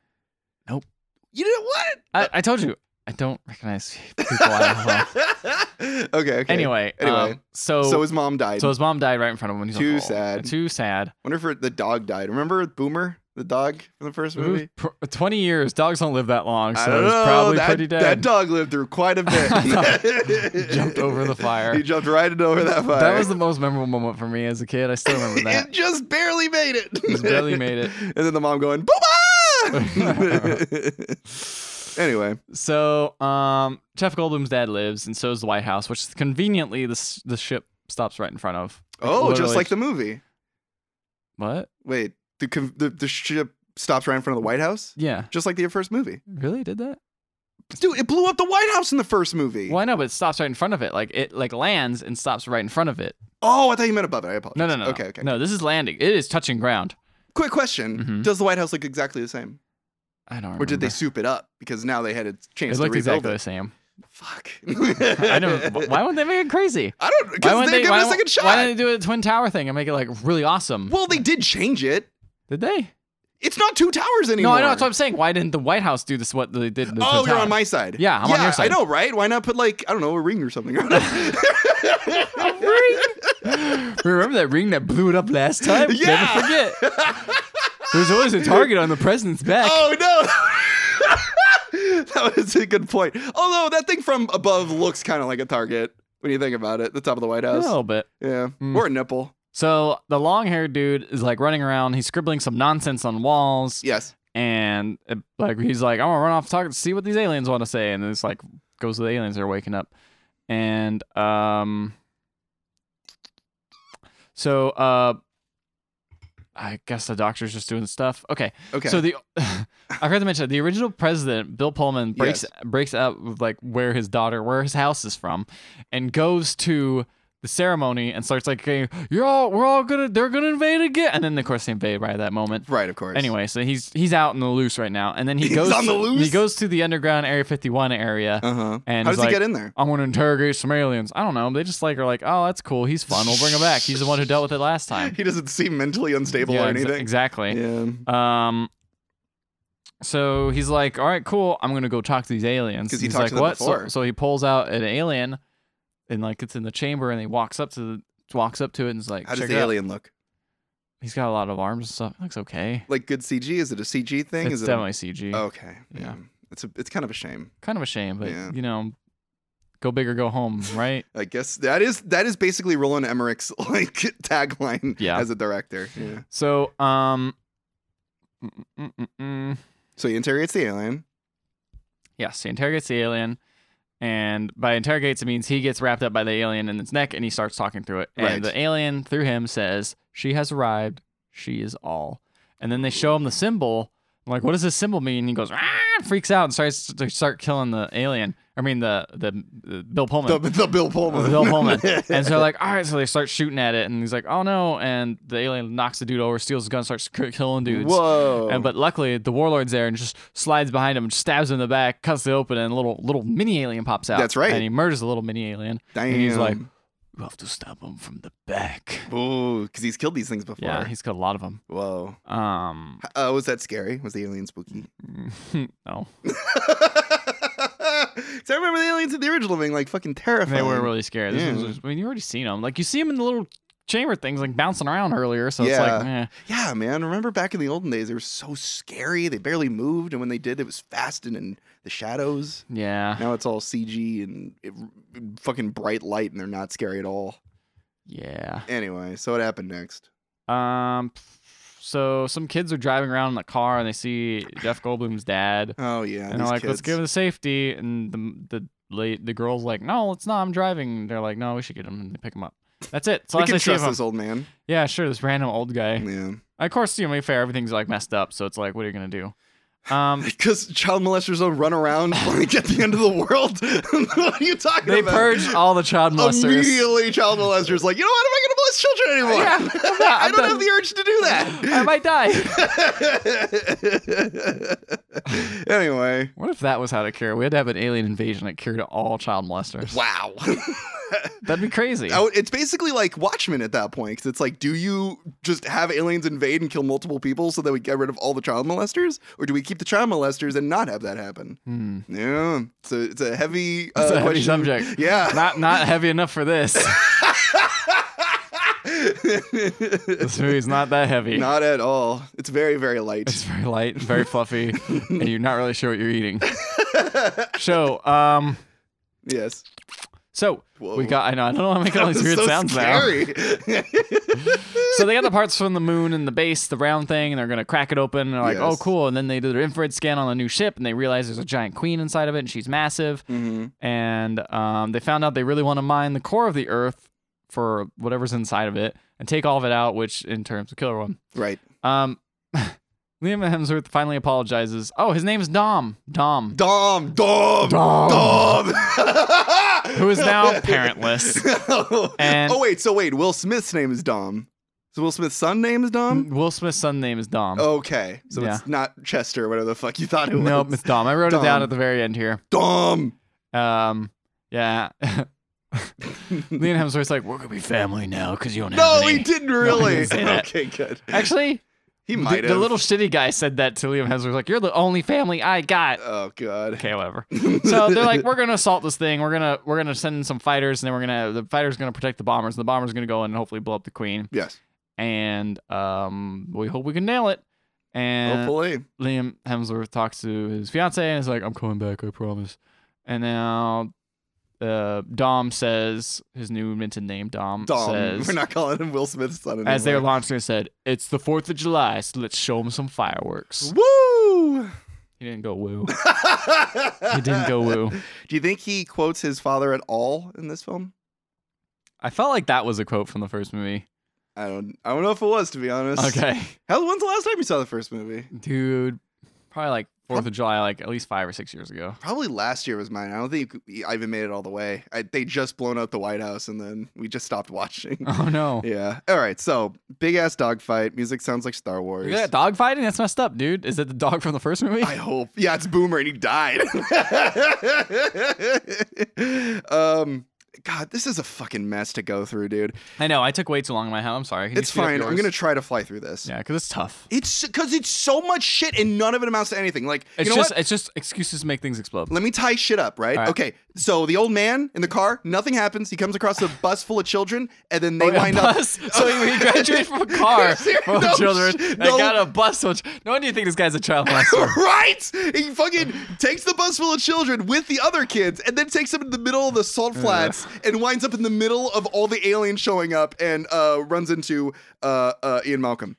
Nope. You didn't what? I, I told you i don't recognize people i don't know okay. Okay. Anyway, Anyway. um, so so so, his mom died. his mom died right in front of him. and He's Too like, "Oh, sad." Too sad. wonder if it- the dog died. Remember Boomer, the dog from the first movie? Pr- Twenty years. Dogs don't live that long, so I don't he's know. probably that, pretty that dead. dog lived through quite a bit. Jumped over the fire. He jumped right over that fire. That was the most memorable moment for me as a kid. I still remember that. It just barely made it. Just barely made it. And then the mom going, Booba! anyway, so, um, Jeff Goldblum's dad lives, and so is the White House, which conveniently the s- the ship stops right in front of. oh, just literally- like the movie. What? Wait, the, con- the the ship stops right in front of the White House, Yeah, just like the first movie. really did that? Dude, it blew up the White House in the first movie. Well, I know, but it stops right in front of it. Like it like lands and stops right in front of it. Oh, I thought you meant above it. I apologize. No, no, no. no. Okay, okay. No, this is landing. It is touching ground. Quick question: Mhm. Does the White House look exactly the same, I don't. Remember. or did they soup it up because now they had a chance It to looked rebuild exactly it? the same. Fuck. I don't. Why wouldn't they make it crazy? I don't. Why Because wouldn't they they? give Why, it a second shot. why didn't they do a twin tower thing and make it like really awesome? Well, they did change it. did they? It's not two towers anymore. No, I know. That's what I'm saying. Why didn't the White House do this? What they did? in The Oh, twin you're tower? on my side. Yeah, I'm on your I side. know, right? Why not put like I don't know a ring or something? around it? Remember that ring that blew it up last time? Yeah. Never forget. There's always a target on the president's back. oh no, that was a good point. Although that thing from above looks kind of like a target when you think about it. The top of the White a House. little bit. Yeah, Mm. Oh, or a nipple. So the long-haired dude is like running around. He's scribbling some nonsense on walls, Yes. and uh, like he's like, "I'm gonna run off to talk to see what these aliens want to say." And then it's like goes to the aliens. They're waking up, and um, so uh, I guess the doctor's just doing stuff. Okay, Okay. so the I forgot to mention the original president, Bill Pullman, breaks Yes. breaks out with, like where his daughter, where his house is from, and goes to the ceremony and starts like, "Okay, "You're all, we're all gonna, they're gonna invade again," and then of course they invade right at that moment. right, of course. Anyway, so he's he's out in the loose right now, and then he He's goes on the loose? he goes to the underground Area 51 area. Uh huh. And How he's does like- he get in there? I want to interrogate some aliens. I don't know. They just like are like, oh, that's cool. He's fun. We'll bring him back. He's the one who dealt with it last time. He doesn't seem mentally unstable Yeah, or exa- anything. exactly. Yeah. Um. So he's like, "All right, cool. I'm gonna go talk to these aliens." 'Cause he he's talked like, to them "What?" So, before. so he pulls out an alien, and like it's in the chamber, and he walks up to the walks up to it and is like, How does "Check the it out." alien look? He's got a lot of arms and stuff. It looks okay. Like good CG? Is it a CG thing? it's Is Oh. it a- definitely CG. Okay. Yeah. It's a, it's kind of a shame. Kind of a shame, but Yeah. you know, go big or go home, right? I guess that is that is basically Roland Emmerich's like tagline Yeah. as a director. Yeah. so, um, mm, mm, mm, mm. So he interrogates the alien. yes, he interrogates the alien, and by interrogates it means he gets wrapped up by the alien in its neck, and he starts talking through it. And Right. the alien through him says, "She has arrived. She is all." And then they show him the symbol I'm like, what does this symbol mean? And he goes, ah, and freaks out and starts to start killing the alien. I mean, the the, the Bill Pullman. The, the Bill Pullman. Bill Pullman. and so they're like, all right, so they start shooting at it, and he's like, oh no, and the alien knocks the dude over, steals his gun, starts k- killing dudes. Whoa. And but luckily the warlord's there and just slides behind him, stabs him in the back, cuts it open, and a little little mini alien pops out. That's right. And he murders the little mini alien. Damn. And he's like, you have to stab him from the back. Ooh, because he's killed these things before. Yeah, he's killed a lot of them. Whoa. Um, Uh, was that scary? Was the alien spooky? no, so I remember the aliens in the original being like fucking terrifying. they were really scary. This Yeah. one's just- I mean, you already seen them. Like you see them in the little chamber things, like bouncing around earlier. So it's like, eh. Yeah, man. Remember back in the olden days, they were so scary. They barely moved, and when they did, it was fast and in the shadows. yeah, Now it's all CG and it, fucking bright light, and they're not scary at all. yeah. Anyway, so what happened next? Um, so some kids are driving around in a car and they see Jeff Goldblum's dad. Oh yeah, and they're these like, kids. let's give him the safety. And the the late the girl's like, no, let's not. I'm driving. They're like, no, we should get him. And they pick him up. That's it. So we last I can see of trust him. this old man. Yeah, sure. This random old guy. Yeah, Of course, you know, to be fair, everything's like messed up. So it's like, what are you gonna do? Um, because child molesters don't run around like at the end of the world. what are you talking they about? purged all the child molesters. Immediately, child molesters like, you know what? Am I going to molest children anymore? Yeah, I'm not- I I'm don't done. have the urge to do I might die. that. anyway, What if that was how to cure? We had to have an alien invasion that cured all child molesters. wow. That'd be crazy. Oh, It's basically like Watchmen at that point, because it's like, do you just have aliens invade and kill multiple people so that we get rid of all the child molesters, or do we keep the child molesters and not have that happen? Hmm. Yeah, so it's a heavy, uh, It's a heavy question. subject. Yeah, Not not heavy enough for this. this movie's not that heavy. not at all. It's very, very light. It's very light, very fluffy, and you're not really sure what you're eating. so, um, Yes. so Whoa. we got. I know. I don't know how to make all these weird so sounds now. scary. So they got the parts from the moon and the base, the round thing, and they're gonna crack it open. And they're like, "Oh, Yes. cool!" And then they do their infrared scan on the new ship, and they realize there's a giant queen inside of it, and she's massive. Mhm. And um, they found out they really want to mine the core of the Earth for whatever's inside of it and take all of it out, which in terms of killer one. Right. Um, Liam Hemsworth finally apologizes. Oh, his name's Dom. Dom. Dom, Dom, Dom. Dom. Oh. Who is now parentless. And- oh, wait. So, wait. Will Smith's name is Dom. So, Will Smith's son name is Dom? Will Smith's son name is Dom. Okay. So, it's not Chester or whatever the fuck you thought it was. nope, it's Dom. I wrote it down Dom. at the very end here. Dom. Um, yeah. Liam Hemsworth's like, we're gonna be family now because you don't have No, any. he didn't really. didn't say that. okay, good. Actually, he the, might the have. little shitty guy said that to Liam Hemsworth. Like, you're the only family I got. Oh, God. Okay, whatever. So they're like, we're gonna assault this thing. We're gonna we're gonna send in some fighters, and then we're gonna the fighters gonna protect the bombers, and the bombers gonna go in and hopefully blow up the queen. Yes. and um, we hope we can nail it. And Hopefully. Liam Hemsworth talks to his fiance and is like, "I'm coming back, I promise." And now, uh, Dom says his new minted name. Dom, Dom. says, We're not calling him Will Smith's son anymore. as their launcher said, "It's the Fourth of July, so let's show him some fireworks." Woo! He didn't go woo. He didn't go woo. Do you think he quotes his father at all in this film? I felt like that was a quote from the first movie. I don't. I don't know if it was, to be honest. Okay, How? When's the last time you saw the first movie? dude, probably like Fourth of July, like at least five or six years ago. Probably last year was mine. I don't think I even made it all the way. I, they just blown out the White House, and then we just stopped watching. Oh no. yeah. All right. So big ass dogfight. Music sounds like Star Wars. You got dog fighting? That's messed up, dude. Is it the dog from the first movie? I hope. Yeah, it's Boomer, and he died. um. God, this is a fucking mess to go through, dude. I know. I took way too long on my helm. I'm sorry. Can you it's speed up fine. I'm yours? gonna try to fly through this. Yeah, because it's tough. It's because it's so much shit and none of it amounts to anything. Like, It's you know just what? it's just excuses to make things explode. Let me tie shit up, right? All right. Okay. So the old man in the car, nothing happens. He comes across a bus full of children, and then they Wait, Oh, a wind up. bus? So he, he graduated from a car Seriously, full of no children. sh- and no. got a bus. Which, no one do you think this guy's a child molester? right? He fucking takes the bus full of children with the other kids, and then takes them to the middle of the salt flats, and winds up in the middle of all the aliens showing up, and uh, runs into uh, uh, Ian Malcolm.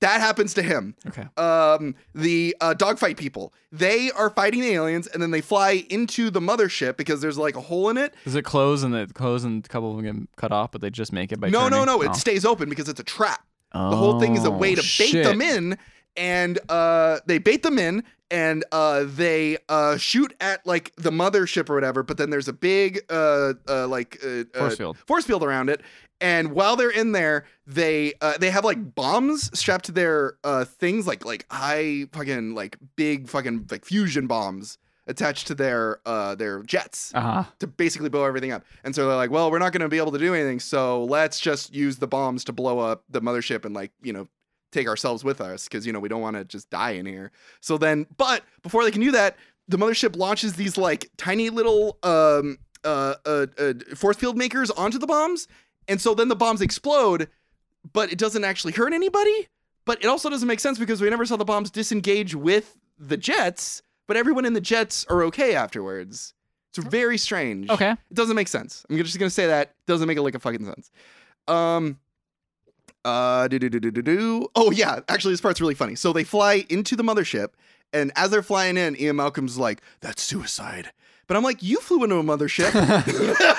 That happens to him. okay. um, the uh, dogfight people. They are fighting the aliens, and then they fly into the mothership because there's like a hole in it. Does it close and it close and a couple of them get cut off, but they just make it by no, no, turning? no, Oh. It stays open because it's a trap. The whole thing is a way to Oh, bait shit. them in. and uh, they bait them in and uh, they uh, shoot at like the mothership or whatever but then there's a big uh, uh, like uh, uh, Force field. force field around it and while they're in there they uh, they have like bombs strapped to their uh, things like like high fucking like big fucking like fusion bombs attached to their uh, their jets Uh huh. to basically blow everything up. And so they're like, well, we're not going to be able to do anything, so let's just use the bombs to blow up the mothership and like, you know, take ourselves with us cuz you know, we don't want to just die in here. So then but before they can do that, the mothership launches these like tiny little um uh, uh, uh force field makers onto the bombs, and so then the bombs explode, but it doesn't actually hurt anybody. But it also doesn't make sense because we never saw the bombs disengage with the jets, but everyone in the jets are okay afterwards. It's very strange. Okay. It doesn't make sense. I'm just gonna say that it doesn't make a lick of fucking sense. Um. Uh. Do do do do do do. Oh yeah. Actually, this part's really funny. So they fly into the mothership, and as they're flying in, Ian Malcolm's like, "That's suicide." But I'm like, "You flew into a mothership."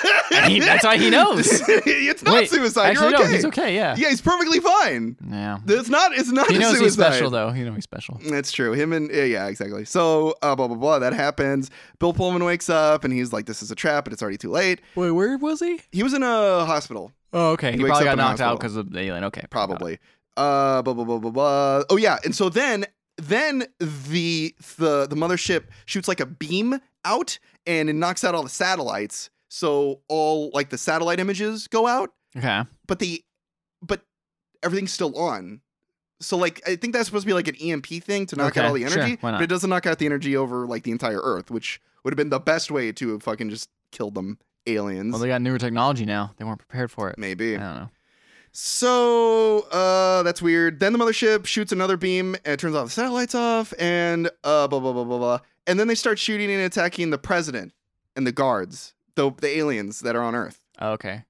And he- that's why he knows. it's not Wait, suicide. Actually, You're okay. no, he's okay. Yeah. Yeah, he's perfectly fine. Yeah. It's not. It's not. He a knows suicide. he's special though. You know he's special. That's true. Him and yeah, yeah, exactly. So uh, blah blah blah. That happens. Bill Pullman wakes up and he's like, "This is a trap," but it's already too late. Wait, where was he? He was in a hospital. Oh, okay. He, He wakes up probably got in the knocked out hospital. because of the alien. Okay. probably. Uh, blah blah blah blah blah. Oh yeah, and so then then the the the mothership shoots like a beam out and it knocks out all the satellites. So all like the satellite images go out, Okay. but the but everything's still on. So like I think that's supposed to be like an EMP thing to knock Okay, out all the sure, energy, why not? but it doesn't knock out the energy over like the entire Earth, which would have been the best way to have fucking just killed them aliens. Well, they got newer technology now. They weren't prepared for it. Maybe. I don't know. So uh, that's weird. Then the mothership shoots another beam and turns off the satellites off, and uh, blah blah blah blah blah. And then they start shooting and attacking the president and the guards, the the aliens that are on Earth. Oh, okay.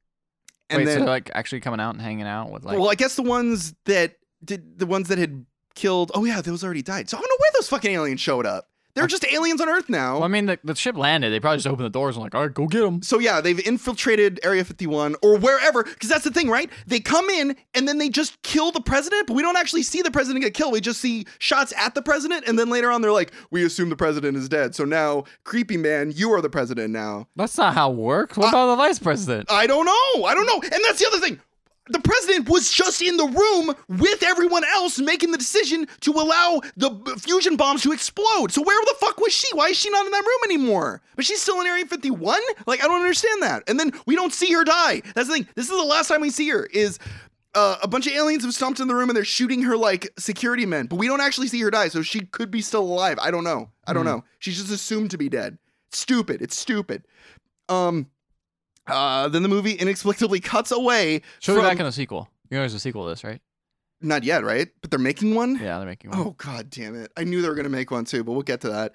And Wait, then, so they're like actually coming out and hanging out with like. well, I guess the ones that did the ones that had killed. Oh yeah, those already died. So I don't know where those fucking aliens showed up. They're just aliens on Earth now. Well, I mean, the, the ship landed. They probably just opened the doors and like, all right, go get them. Um, So yeah, they've infiltrated Area 51 or wherever, because that's the thing, right? They come in and then they just kill the president, but we don't actually see the president get killed. We just see shots at the president, and then later on they're like, "We assume the president is dead." So now, creepy man, you are the president now. That's not how it works. What Uh, about the vice president? I don't know. I don't know. And that's the other thing. The president was just in the room with everyone else making the decision to allow the b- fusion bombs to explode. So where the fuck was she? Why is she not in that room anymore? But she's still in Area 51? Like I don't understand that. And then we don't see her die. That's the thing. This is the last time we see her is uh, a bunch of aliens have stomped in the room and they're shooting her like security men, but we don't actually see her die, so she could be still alive. I don't know. I don't Hmm. know. She's just assumed to be dead. Stupid. It's stupid. Um uh, then the movie inexplicably cuts away. Show from, me back in the sequel. You know, there's a sequel to this, right? Not yet, right? But they're making one. Yeah, they're making one. Oh god damn it. I knew they were gonna make one too, but we'll get to that.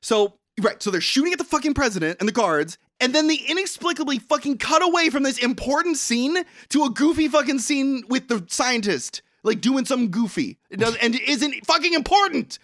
So right, so they're shooting at the fucking president and the guards, and then they inexplicably fucking cut away from this important scene to a goofy fucking scene with the scientist, like doing something goofy. It does and it isn't fucking important.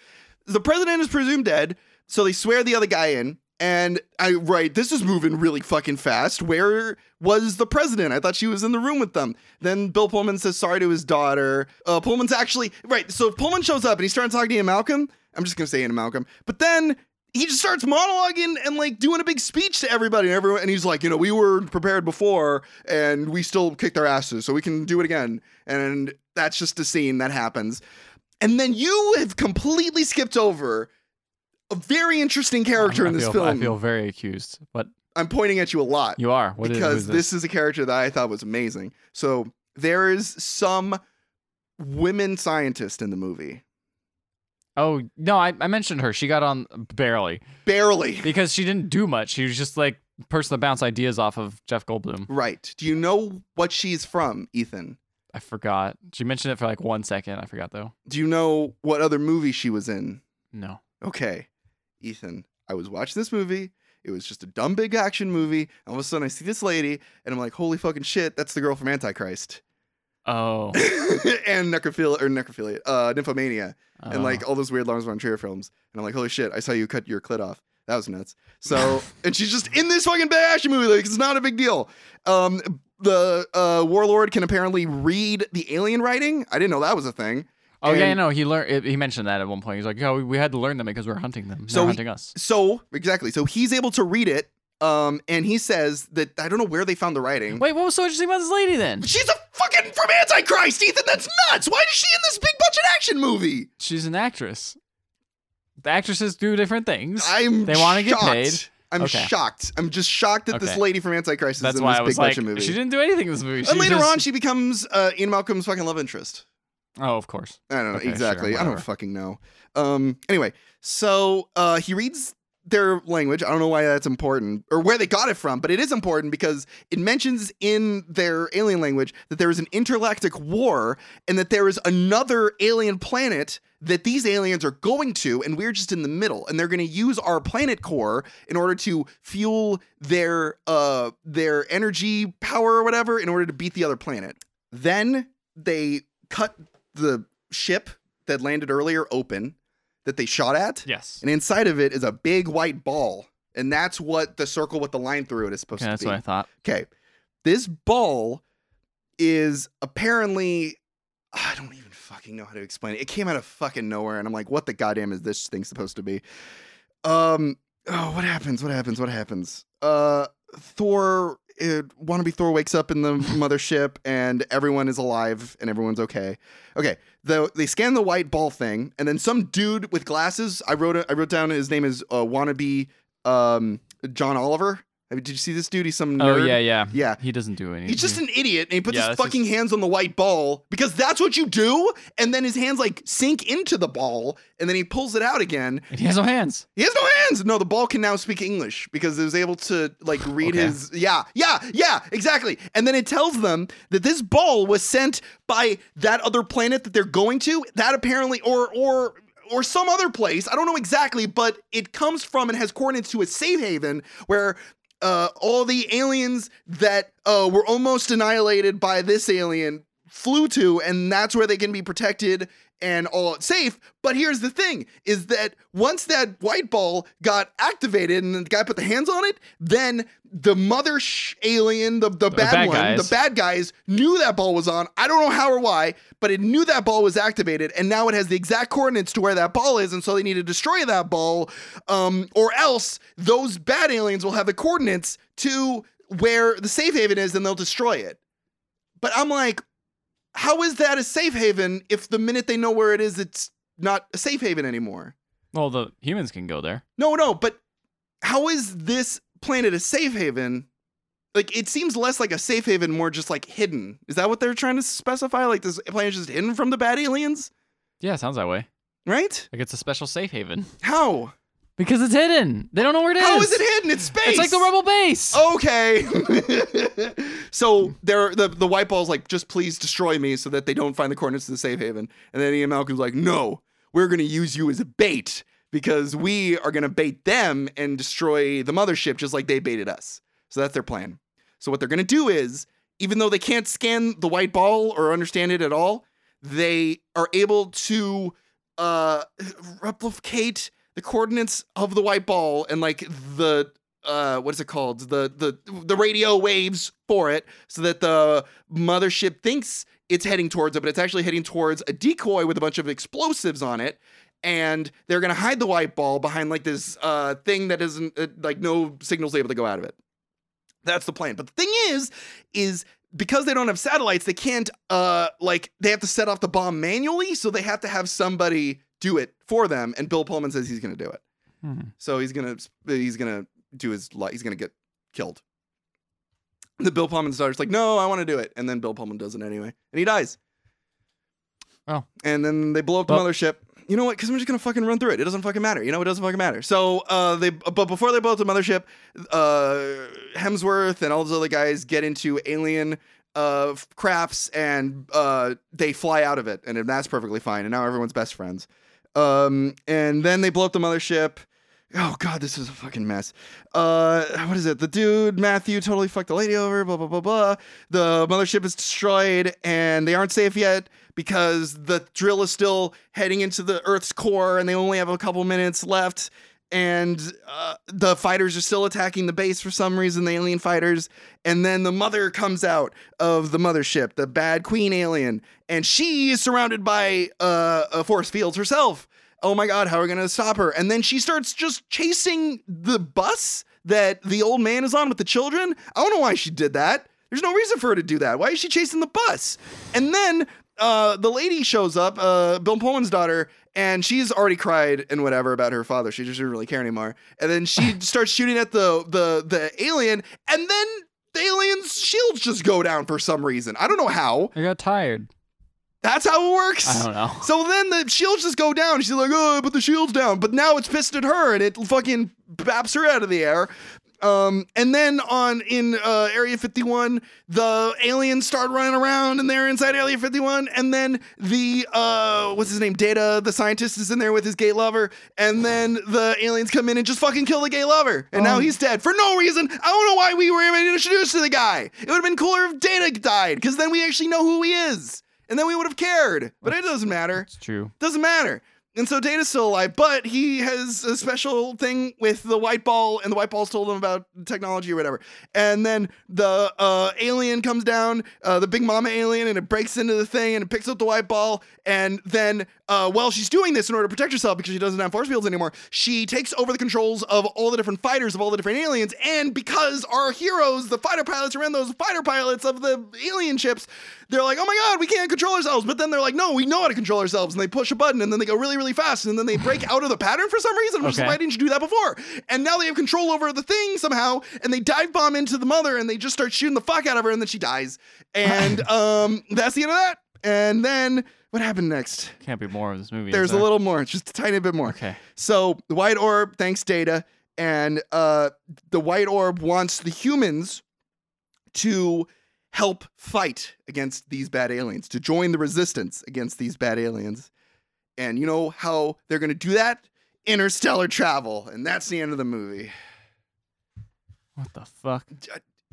The president is presumed dead, so they swear the other guy in. And I right, this is moving really fucking fast. Where was the president? I thought she was in the room with them. Then Bill Pullman says sorry to his daughter. Uh, Pullman's actually right. So Pullman shows up and he starts talking to Ian Malcolm. I'm just gonna say Ian Malcolm, but then he just starts monologuing and like doing a big speech to everybody and everyone. And he's like, you know, we were prepared before and we still kicked our asses, so we can do it again. And that's just a scene that happens. And then you have completely skipped over a very interesting character I, in this feel, film. I feel very accused, but I'm pointing at you a lot you are. What is- who because is this? is a character that I thought was amazing. So there is some women scientist in the movie, Oh no, I, I mentioned her. She got on barely barely. because she didn't do much. She was just like the person that bounced ideas off of Jeff Goldblum. Right. Do you know what she's from, Ethan? I forgot. She mentioned it for like one second. I forgot though. Do you know what other movie she was in? No. Okay, Ethan, I was watching this movie. It was just a dumb big action movie. All of a sudden, I see this lady, and I'm like, "Holy fucking shit! That's the girl from Antichrist Oh. and Necrophilia or Necrophilia, uh, Nymphomania." oh. and like all those weird Lawrence von Trier films. And I'm like, holy shit, I saw you cut your clit off. That was nuts. So, and she's just in this fucking bad action movie. Like, it's not a big deal. Um, the uh, warlord can apparently read the alien writing. I didn't know that was a thing. Oh yeah, And- no, he learned. He mentioned that at one point. He's like, "Yeah, we, we had to learn them because we were hunting them. So So he- hunting us." So exactly. So he's able to read it. Um, and he says that I don't know where they found the writing. Wait, what was so interesting about this lady then? She's a fucking from Antichrist, Ethan. That's nuts. Why is she in this big budget action movie? She's an actress. The actresses do different things. I'm They wanna to get paid. I'm Okay. shocked. I'm just shocked that this Okay. lady from Antichrist is That's in why this I big was like, budget movie. she didn't do anything in this movie. and She later just- on, she becomes uh, Ian Malcolm's fucking love interest. Oh, of course. I don't know Okay, sure, exactly. I don't whatever. fucking know. Um. Anyway, so uh, he reads their language. I don't know why that's important or where they got it from, but it is important because it mentions in their alien language that there is an intergalactic war and that there is another alien planet that these aliens are going to, and we're just in the middle, and they're going to use our planet core in order to fuel their uh their energy power or whatever in order to beat the other planet. Then they cut the ship that landed earlier open that they shot at, Yes. and inside of it is a big white ball, and that's what the circle with the line through it is supposed Okay, to that's be. what I thought. Okay. This ball is apparently I don't even fucking know how to explain it. It came out of fucking nowhere and I'm like, what the goddamn is this thing supposed to be? Um oh, what happens? What happens? What happens? Uh Thor uh wannabe Thor wakes up in the mothership and everyone is alive and everyone's okay. Okay. The, they scan the white ball thing and then some dude with glasses, I wrote I wrote down his name is uh, wannabe um John Oliver. I mean, did you see this dude? He's some nerd. Oh yeah, yeah. Yeah. He doesn't do anything. He's just an idiot and he puts Yeah, his that's fucking hands on the white ball because that's what you do. And then his hands like sink into the ball and then he pulls it out again. And he has no hands. He has no hands. No, the ball can now speak English because it was able to like read Okay. his. Yeah, yeah, yeah, exactly. And then it tells them that this ball was sent by that other planet that they're going to. That apparently, or or or some other place. I don't know exactly, but it comes from and has coordinates to a safe haven where. Uh, all the aliens that uh, were almost annihilated by this alien flew to, and that's where they can be protected and all safe. But here's the thing is that once that white ball got activated and the guy put the hands on it, then the mother sh- alien, the, the, bad, bad one, guys. the bad guys knew that ball was on. I don't know how or why, but it knew that ball was activated and now it has the exact coordinates to where that ball is. And so they need to destroy that ball um, or else those bad aliens will have the coordinates to where the safe haven is and they'll destroy it. But I'm like, how is that a safe haven if the minute they know where it is, it's not a safe haven anymore? Well, the humans can go there. No, no, but how is this planet a safe haven? Like, it seems less like a safe haven, more just like hidden. Is that what they're trying to specify? Like, this planet's just hidden from the bad aliens, Yeah, sounds that way. right? Like it's a special safe haven How? because it's hidden. Oh. They don't know where it is. How is it hidden? It's space. It's like the rebel base. Okay. so there, the the white ball's like, just please destroy me so that they don't find the coordinates to the safe haven. And then Ian Malcolm's like, no, we're gonna use you as a bait because we are gonna bait them and destroy the mothership just like they baited us. So that's their plan. So what they're gonna do is, even though they can't scan the white ball or understand it at all, they are able to uh replicate the coordinates of the white ball and like the uh what is it called the the the radio waves for it so that the mothership thinks it's heading towards it but it's actually heading towards a decoy with a bunch of explosives on it and they're going to hide the white ball behind like this uh thing that isn't uh, like no signals able to go out of it that's the plan but the thing is is because they don't have satellites they can't uh like they have to set off the bomb manually so they have to have somebody do it for them and bill pullman says he's going to do it Hmm. so he's gonna he's gonna do his li He's gonna get killed. The Bill Pullman starts like, no, I want to do it, and then Bill Pullman does it anyway, and he dies. Oh. And then they blow up the Well- mothership. You know what? Because I'm just gonna fucking run through it. It doesn't fucking matter. You know, it doesn't fucking matter. So uh, they, but before they blow up the mothership, uh, Hemsworth and all those other guys get into alien uh f- crafts and uh they fly out of it and that's perfectly fine and now everyone's best friends um and then they blow up the mothership oh god this is a fucking mess uh what is it the dude matthew totally fucked the lady over blah blah blah blah the mothership is destroyed and they aren't safe yet because the drill is still heading into the earth's core and they only have a couple minutes left and uh, the fighters are still attacking the base for some reason, the alien fighters. And then the mother comes out of the mothership, the bad queen alien, and she is surrounded by uh, uh, force fields herself. Oh my God, how are we going to stop her? And then she starts just chasing the bus that the old man is on with the children. I don't know why she did that. There's no reason for her to do that. Why is she chasing the bus? And then uh, the lady shows up, uh, Bill Pullman's daughter, and she's already cried and whatever about her father. She just didn't really care anymore. And then she starts shooting at the the the alien, and then the alien's shields just go down for some reason. I don't know how. I got tired. That's how it works. I don't know. So then the shields just go down. She's like, oh, I put the shields down. But now it's pissed at her and it fucking baps her out of the air. Um, and then on in uh, Area 51, the aliens start running around and they're inside Area 51. And then the, uh, what's his name? Data, the scientist, is in there with his gay lover. And then the aliens come in and just fucking kill the gay lover. And now Um, he's dead for no reason. I don't know why we were even introduced to the guy. It would have been cooler if Data died because then we actually know who he is. And then we would have cared. But it doesn't matter. It's true. Doesn't matter. And so Data's still alive, but he has a special thing with the white ball, and the white ball's told him about technology or whatever. And then the uh, alien comes down, uh, the big mama alien, and it breaks into the thing and it picks up the white ball. And then, uh, while she's doing this in order to protect herself because she doesn't have force fields anymore, she takes over the controls of all the different fighters of all the different aliens. And because our heroes, the fighter pilots, are in those fighter pilots of the alien ships, they're like, oh my god, we can't control ourselves. But then they're like, no, we know how to control ourselves. And they push a button and then they go really, really fast. And then they break out of the pattern for some reason, which is Okay. why didn't you do that before? And now they have control over the thing somehow. And they dive bomb into the mother and they just start shooting the fuck out of her. And then she dies. And um, that's the end of that. And then what happened next? Can't be more of this movie. uh, is There's a there? little more, just a tiny bit more. Okay. So the white orb thanks data, and uh, the white orb wants the humans to help fight against these bad aliens, to join the resistance against these bad aliens. And you know how they're going to do that? Interstellar travel, and that's the end of the movie. What the fuck?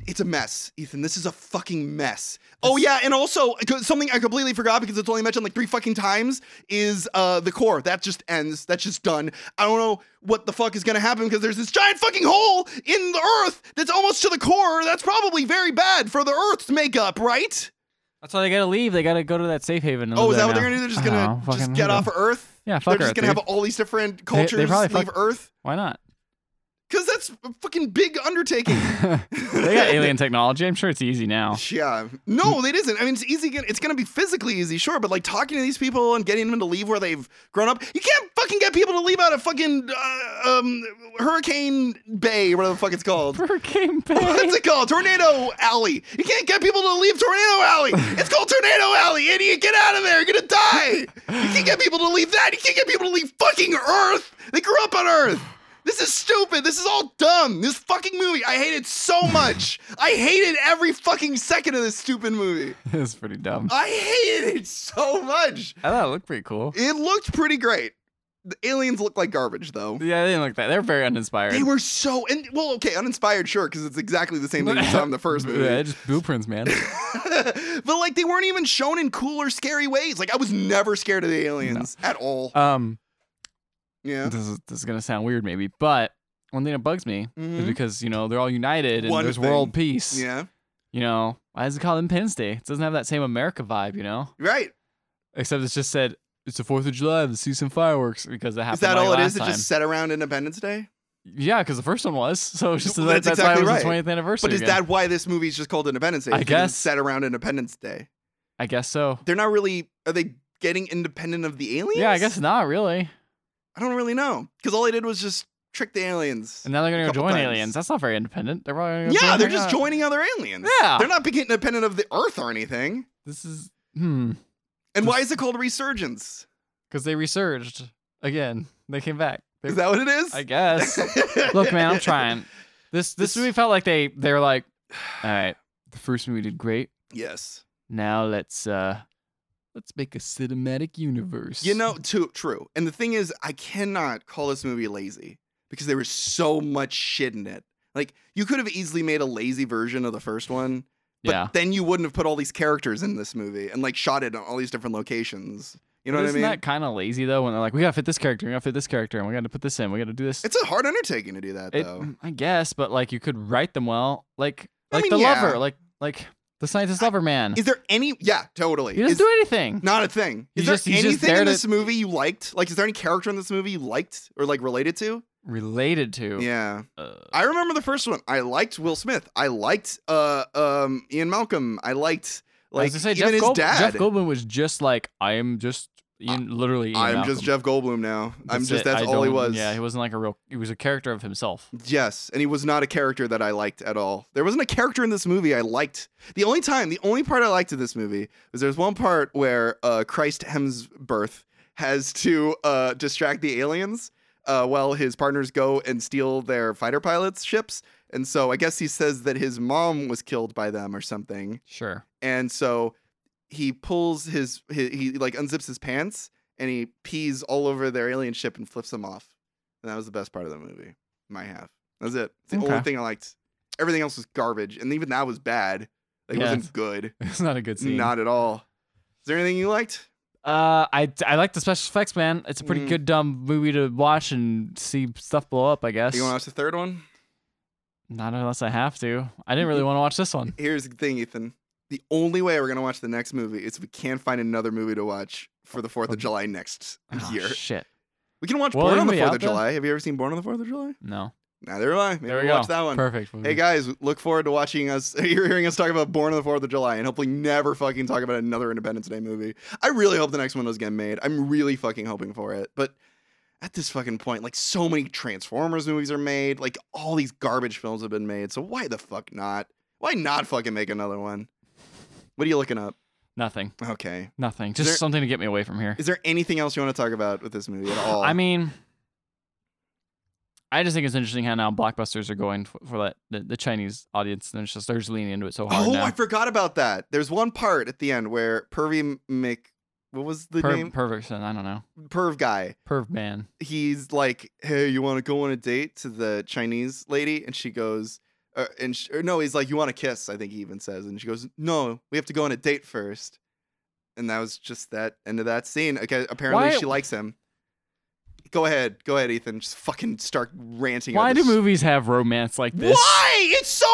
It's a mess, Ethan. This is a fucking mess. Oh yeah, and also 'cause something I completely forgot because it's only mentioned like three fucking times is uh the core. That just ends. That's just done. I don't know what the fuck is gonna happen because there's this giant fucking hole in the Earth that's almost to the core. That's probably very bad for the Earth's makeup, right? That's why they gotta leave. They gotta go to that safe haven. Oh, is that what they're gonna do? They're just gonna just get off Earth. Yeah, fuck they're Earth, just gonna have dude. all these different cultures probably leave fuck- Earth Why not? because that's a fucking big undertaking. They got alien technology. I'm sure it's easy now. Yeah. No, it isn't. I mean, it's easy. gonna- It's going to be physically easy, sure, but like talking to these people and getting them to leave where they've grown up, you can't fucking get people to leave out of fucking uh, um, Hurricane Bay, whatever the fuck it's called. Hurricane What's it called? Tornado Alley. You can't get people to leave Tornado Alley. It's called Tornado Alley, idiot. Get out of there. You're going to die. You can't get people to leave that. You can't get people to leave fucking Earth. They grew up on Earth. This is stupid. This is all dumb. This fucking movie. I hate it so much. I hated every fucking second of this stupid movie. It's pretty dumb. I hated it so much. I thought it looked pretty cool. It looked pretty great. The aliens look like garbage, though. Yeah, they didn't look that. They're very uninspired. They were so and well, okay, uninspired, sure, because it's exactly the same thing you saw in the first movie. Yeah, just blueprints, man. but like they weren't even shown in cool or scary ways. Like I was never scared of the aliens at all. um, Yeah. this is, this is gonna sound weird, maybe, but one thing that bugs me is Mhm. because you know they're all united and One there's thing. world peace. Yeah. You know, why does it call them Penn Day? It doesn't have that same America vibe, you know. Right. Except it's just said it's the Fourth of July. Let's see some fireworks because that happened. Is that like all it last is? It Time. just set around Independence Day? Yeah, because the first one was. So it's just Well, that- that's that's, exactly why right. it was the 20th anniversary. But is again. that why this movie is just called Independence Day? I Because it's guess. set around Independence Day. I guess so. They're not really are they getting independent of the aliens? Yeah, I guess not really. I don't really know. Because all they did was just trick the aliens. And now they're gonna go Couple join times. aliens. That's not very independent. They're probably gonna go yeah, join- they're hang just out. joining other aliens. Yeah. They're not being independent of the Earth or anything. This is hmm And why is it called Resurgence? because they resurged again. They came back. They- Is that what it is? I guess. Look, man, I'm trying. This this This- movie felt like they they were like, all right, the first movie did great. Yes. Now let's uh let's make a cinematic universe. You know, too, true. And the thing is, I cannot call this movie lazy because there was so much shit in it. Like, you could have easily made a lazy version of the first one, but yeah. then you wouldn't have put all these characters in this movie and like shot it on all these different locations. You know what I Isn't mean? that kind of lazy though? When they're like, we gotta fit this character, we gotta fit this character, and we gotta put this in, we gotta do this. it's a hard undertaking to do that It- Mm. though. I guess, but like you could write them well, like I like mean, the yeah. lover, like like the scientist lover man. Is there any? Yeah, totally. he doesn't Is- do anything. Not a thing. Is He's there just- he's just anything there in to- this movie you liked? Like, is there any character in this movie you liked or like related to? Related to Yeah, uh, I remember the first one. I liked Will Smith. I liked uh um Ian Malcolm. I liked I like was gonna say, even Jeff, his Gold- dad. Jeff Goldblum was just like I am just Ian, literally. Ian I'm Malcolm. just Jeff Goldblum now. I'm That's just it. that's I all he don't- was. Mm. Yeah, he wasn't like a real. He was a character of himself. Yes, and he was not a character that I liked at all. There wasn't a character in this movie I liked. The only time, the only part I liked of this movie was there's one part where uh, Christ Hemsworth has to uh, distract the aliens uh, while his partners go and steal their fighter pilots' ships. And so I guess he says that his mom was killed by them or something. Sure. And so he pulls his, he, he like unzips his pants and he pees all over their alien ship and flips them off. And that was the best part of the movie. My half. That's it. It's the only Okay. thing I liked. Everything else was garbage, and even that was bad. Like, It Yeah. wasn't good. It's not a good scene. Not at all. Is there anything you liked? Uh, I I like the special effects, man. It's a pretty Mm. good dumb movie to watch and see stuff blow up. I guess. You want to watch the third one? Not unless I have to. I didn't really want to watch this one. Here's the thing, Ethan. The only way we're gonna watch the next movie is if we can't find another movie to watch for the Fourth of Okay. July next Oh, year. shit. We can watch Well, Born on the anybody Fourth out of there? July. Have you ever seen Born on the Fourth of July? No. Neither have I. Maybe There we'll we watch go. mm-hmm. that one. Perfect. Hey guys, look forward to watching us. You're hearing us talk about Born on the Fourth of July, and hopefully never fucking talk about another Independence Day movie. I really hope the next one does get made. I'm really fucking hoping for it. But at this fucking point, like so many Transformers movies are made, like all these garbage films have been made. So why the fuck not? Why not fucking make another one? What are you looking up? Nothing. Okay. Nothing. Just there- something to get me away from here. Is there anything else you want to talk about with this movie at all? I mean, I just think it's interesting how now blockbusters are going for, for that the, the Chinese audience. And it's just they're just leaning into it so hard oh, now. I forgot about that. There's one part at the end where Pervy Mc, what was the Perv, name? perversion. I don't know. Perv guy. Perv man. he's like, "Hey, you want to go on a date to the Chinese lady?" And she goes, uh, "And sh or no, he's like, you want a kiss?" I think he even says, and she goes, "No, we have to go on a date first. And that was just that end of that scene. Okay, apparently Why- she likes him. Go ahead, go ahead, Ethan. Just fucking start ranting. Why about do this. movies have romance like this? Why? It's so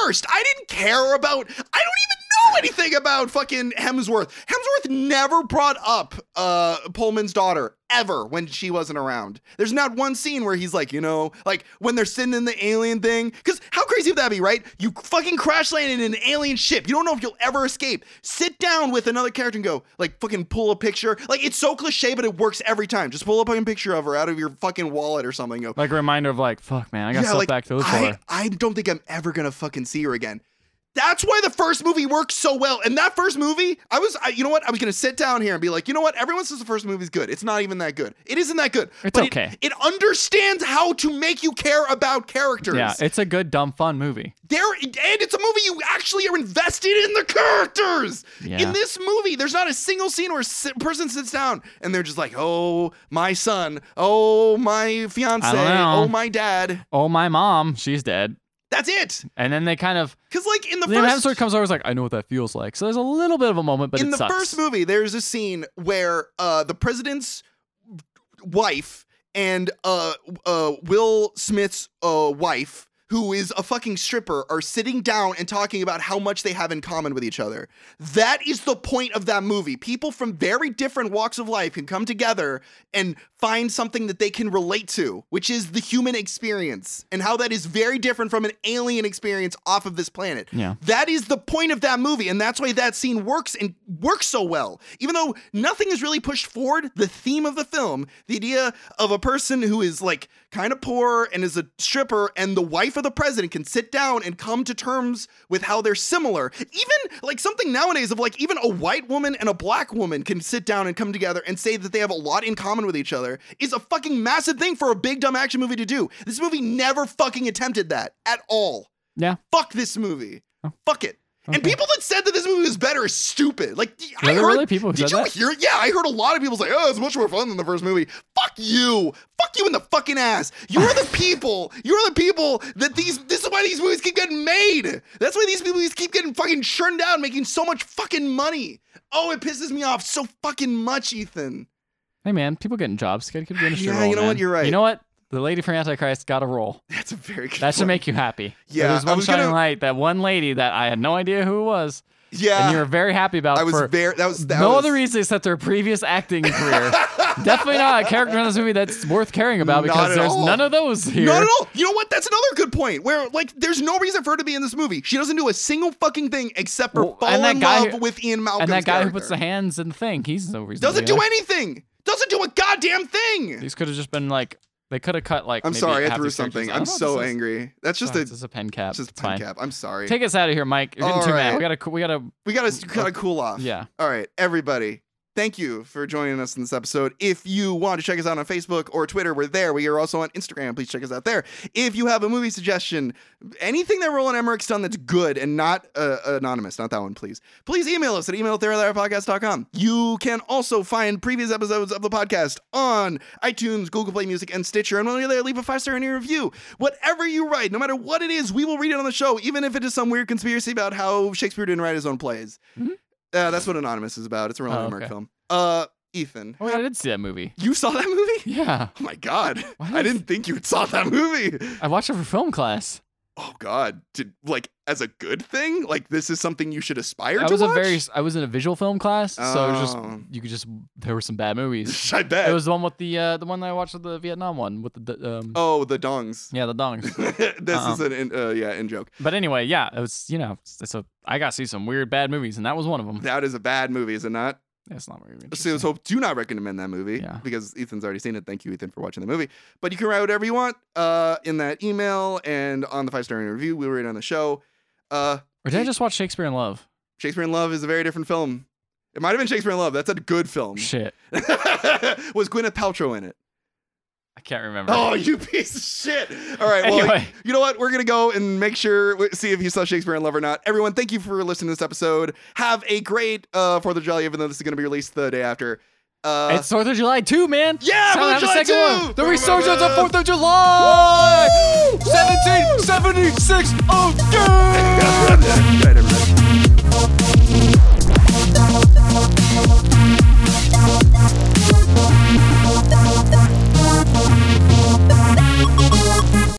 forced. I didn't care about. I don't even know anything about fucking Hemsworth. Hemsworth never brought up uh, Pullman's daughter ever when she wasn't around. There's not one scene where he's like, you know, like when they're sitting in the alien thing. Because how crazy would that be, right? You fucking crash landed in an alien ship. You don't know if you'll ever escape. Sit down with another character and go, like, fucking pull a picture. Like, it's so cliche, but it works every time. Just pull a fucking picture of her out of your fucking wallet or something. Go, Like a reminder of like, fuck man, I got stuff back to look I, for. I don't think I'm ever gonna fucking see her again. That's why the first movie works so well. And that first movie, I was, I, you know what? I was gonna sit down here and be like, you know what? Everyone says the first movie's good. It's not even that good. It isn't that good. It's But it- okay. It, understands how to make you care about characters. Yeah, it's a good dumb fun movie. there, and it's a movie you actually are invested in the characters. Yeah. In this movie, there's not a single scene where a si- person sits down and they're just like, "Oh, my son. Oh, my fiance. know. Oh, my dad." Oh my mom, she's dead. That's it. And then they kind of Because like in the then first Hemsworth comes over and is like, I know what that feels like. So there's a little bit of a moment, but in it the sucks. first movie, there's a scene where uh, the president's wife and uh, uh, Will Smith's uh, wife, who is a fucking stripper, are sitting down and talking about how much they have in common with each other. That is the point of that movie. People from very different walks of life can come together and find something that they can relate to, which is the human experience and how that is very different from an alien experience off of this planet. Yeah. That is the point of that movie, and that's why that scene works and works so well. Even though nothing is really pushed forward, the theme of the film, the idea of a person who is like kind of poor and is a stripper, and the wife of the president can sit down and come to terms with how they're similar. Even like something nowadays of like even a white woman and a black woman can sit down and come together and say that they have a lot in common with each other is a fucking massive thing for a big dumb action movie to do. This movie never fucking attempted that at all. Yeah. Fuck this movie. Oh. Fuck it. And Okay. people that said that this movie was better is stupid. Like Were I there heard, really people who did said you that? hear? Yeah, I heard a lot of people say, "Oh, it's much more fun than the first movie." Fuck you. Fuck fuck you in the fucking ass. You're the people. You're the people that these. This is why these movies keep getting made. That's why these movies keep getting fucking churned out, making so much fucking money. Oh, it pisses me off so fucking much, Ethan. Hey man, people getting jobs. Gotta keep the industry Yeah, you rolling, know what? man. You're right. You know what? The lady from Antichrist got a role. That's a very good. That should point. make you happy. Yeah, There's I one was shining gonna- light. That one lady that I had no idea who it was, and you were Yeah, very happy about. I was for very. That was that no was, other reason except her previous acting career. Definitely not a character in this movie that's worth caring about Not because at there's all. none of those here. Not at all. You know what? That's another good point. Where like, there's no reason for her to be in this movie. She doesn't do a single fucking thing except for Well, fall and that in guy love who- with Ian Malcolm's And that guy who character. puts the hands in the thing, he's no reason. to doesn't be do there. anything. Doesn't do a goddamn thing. These could have just been like they could have cut like. I'm maybe sorry, I half threw these characters. something. I I'm don't know what so Oh, this is. angry. That's just Sorry, a it's just a pen cap. just it's pen fine. cap. I'm sorry. Take us out of here, Mike. You're getting All too right. mad. We gotta. We gotta. we gotta gotta cool off. Yeah. All right, everybody. Thank you for joining us in this episode. If you want to check us out on Facebook or Twitter, we're there. We are also on Instagram. Please check us out there. If you have a movie suggestion, anything that Roland Emmerich's done that's good and not uh, anonymous, not that one, please. Please email us at emailtheorylatterpodcast.com. You can also find previous episodes of the podcast on iTunes, Google Play Music, and Stitcher. And while you're there, leave a five star and a review. Whatever you write, no matter what it is, we will read it on the show, even if it is some weird conspiracy about how Shakespeare didn't write his own plays. Uh, that's what Anonymous is about. It's a Roland Oh, Emmerich okay. film. Uh, Ethan, Oh, wait, I did see that movie. you saw that movie? Yeah, Oh my god! What? I didn't think you saw that movie. I watched it for film class. Oh god! Did like as a good thing? Like this is something you should aspire I to was watch? a very. I was in a visual film class, so it was just Oh. you could just. There were some bad movies. I bet. it was the one with the uh, the one that I watched with the Vietnam one with the- the um, oh, the dongs. yeah the dongs. this Uh-uh. is an in, uh, yeah in joke. But anyway, yeah, it was you know it's, it's a I got to see some weird bad movies, and that was one of them. That is a bad movie, is it not? That's not very interesting. So, so do not recommend that movie Yeah. because Ethan's already seen it. Thank you, Ethan, for watching the movie. But you can write whatever you want uh, in that email and on the five star review. We'll read it on the show. Uh, Or did I just watch Shakespeare in Love? Shakespeare in Love is a very different film. It might have been Shakespeare in Love. That's a good film. Shit, Was Gwyneth Paltrow in it? I can't remember. Oh, you piece of shit! All right, well, anyway, you know what? We're gonna go and make sure w- see if you saw Shakespeare in Love or not. Everyone, thank you for listening to this episode. Have a great uh, Fourth of July, even though this is gonna be released the day after. Uh, it's Fourth of July too, man. Yeah, Fourth Sound of out July the second too! one. The resurgence of Fourth of July. Seventeen seventy six. Oh, yeah. Good night, everybody.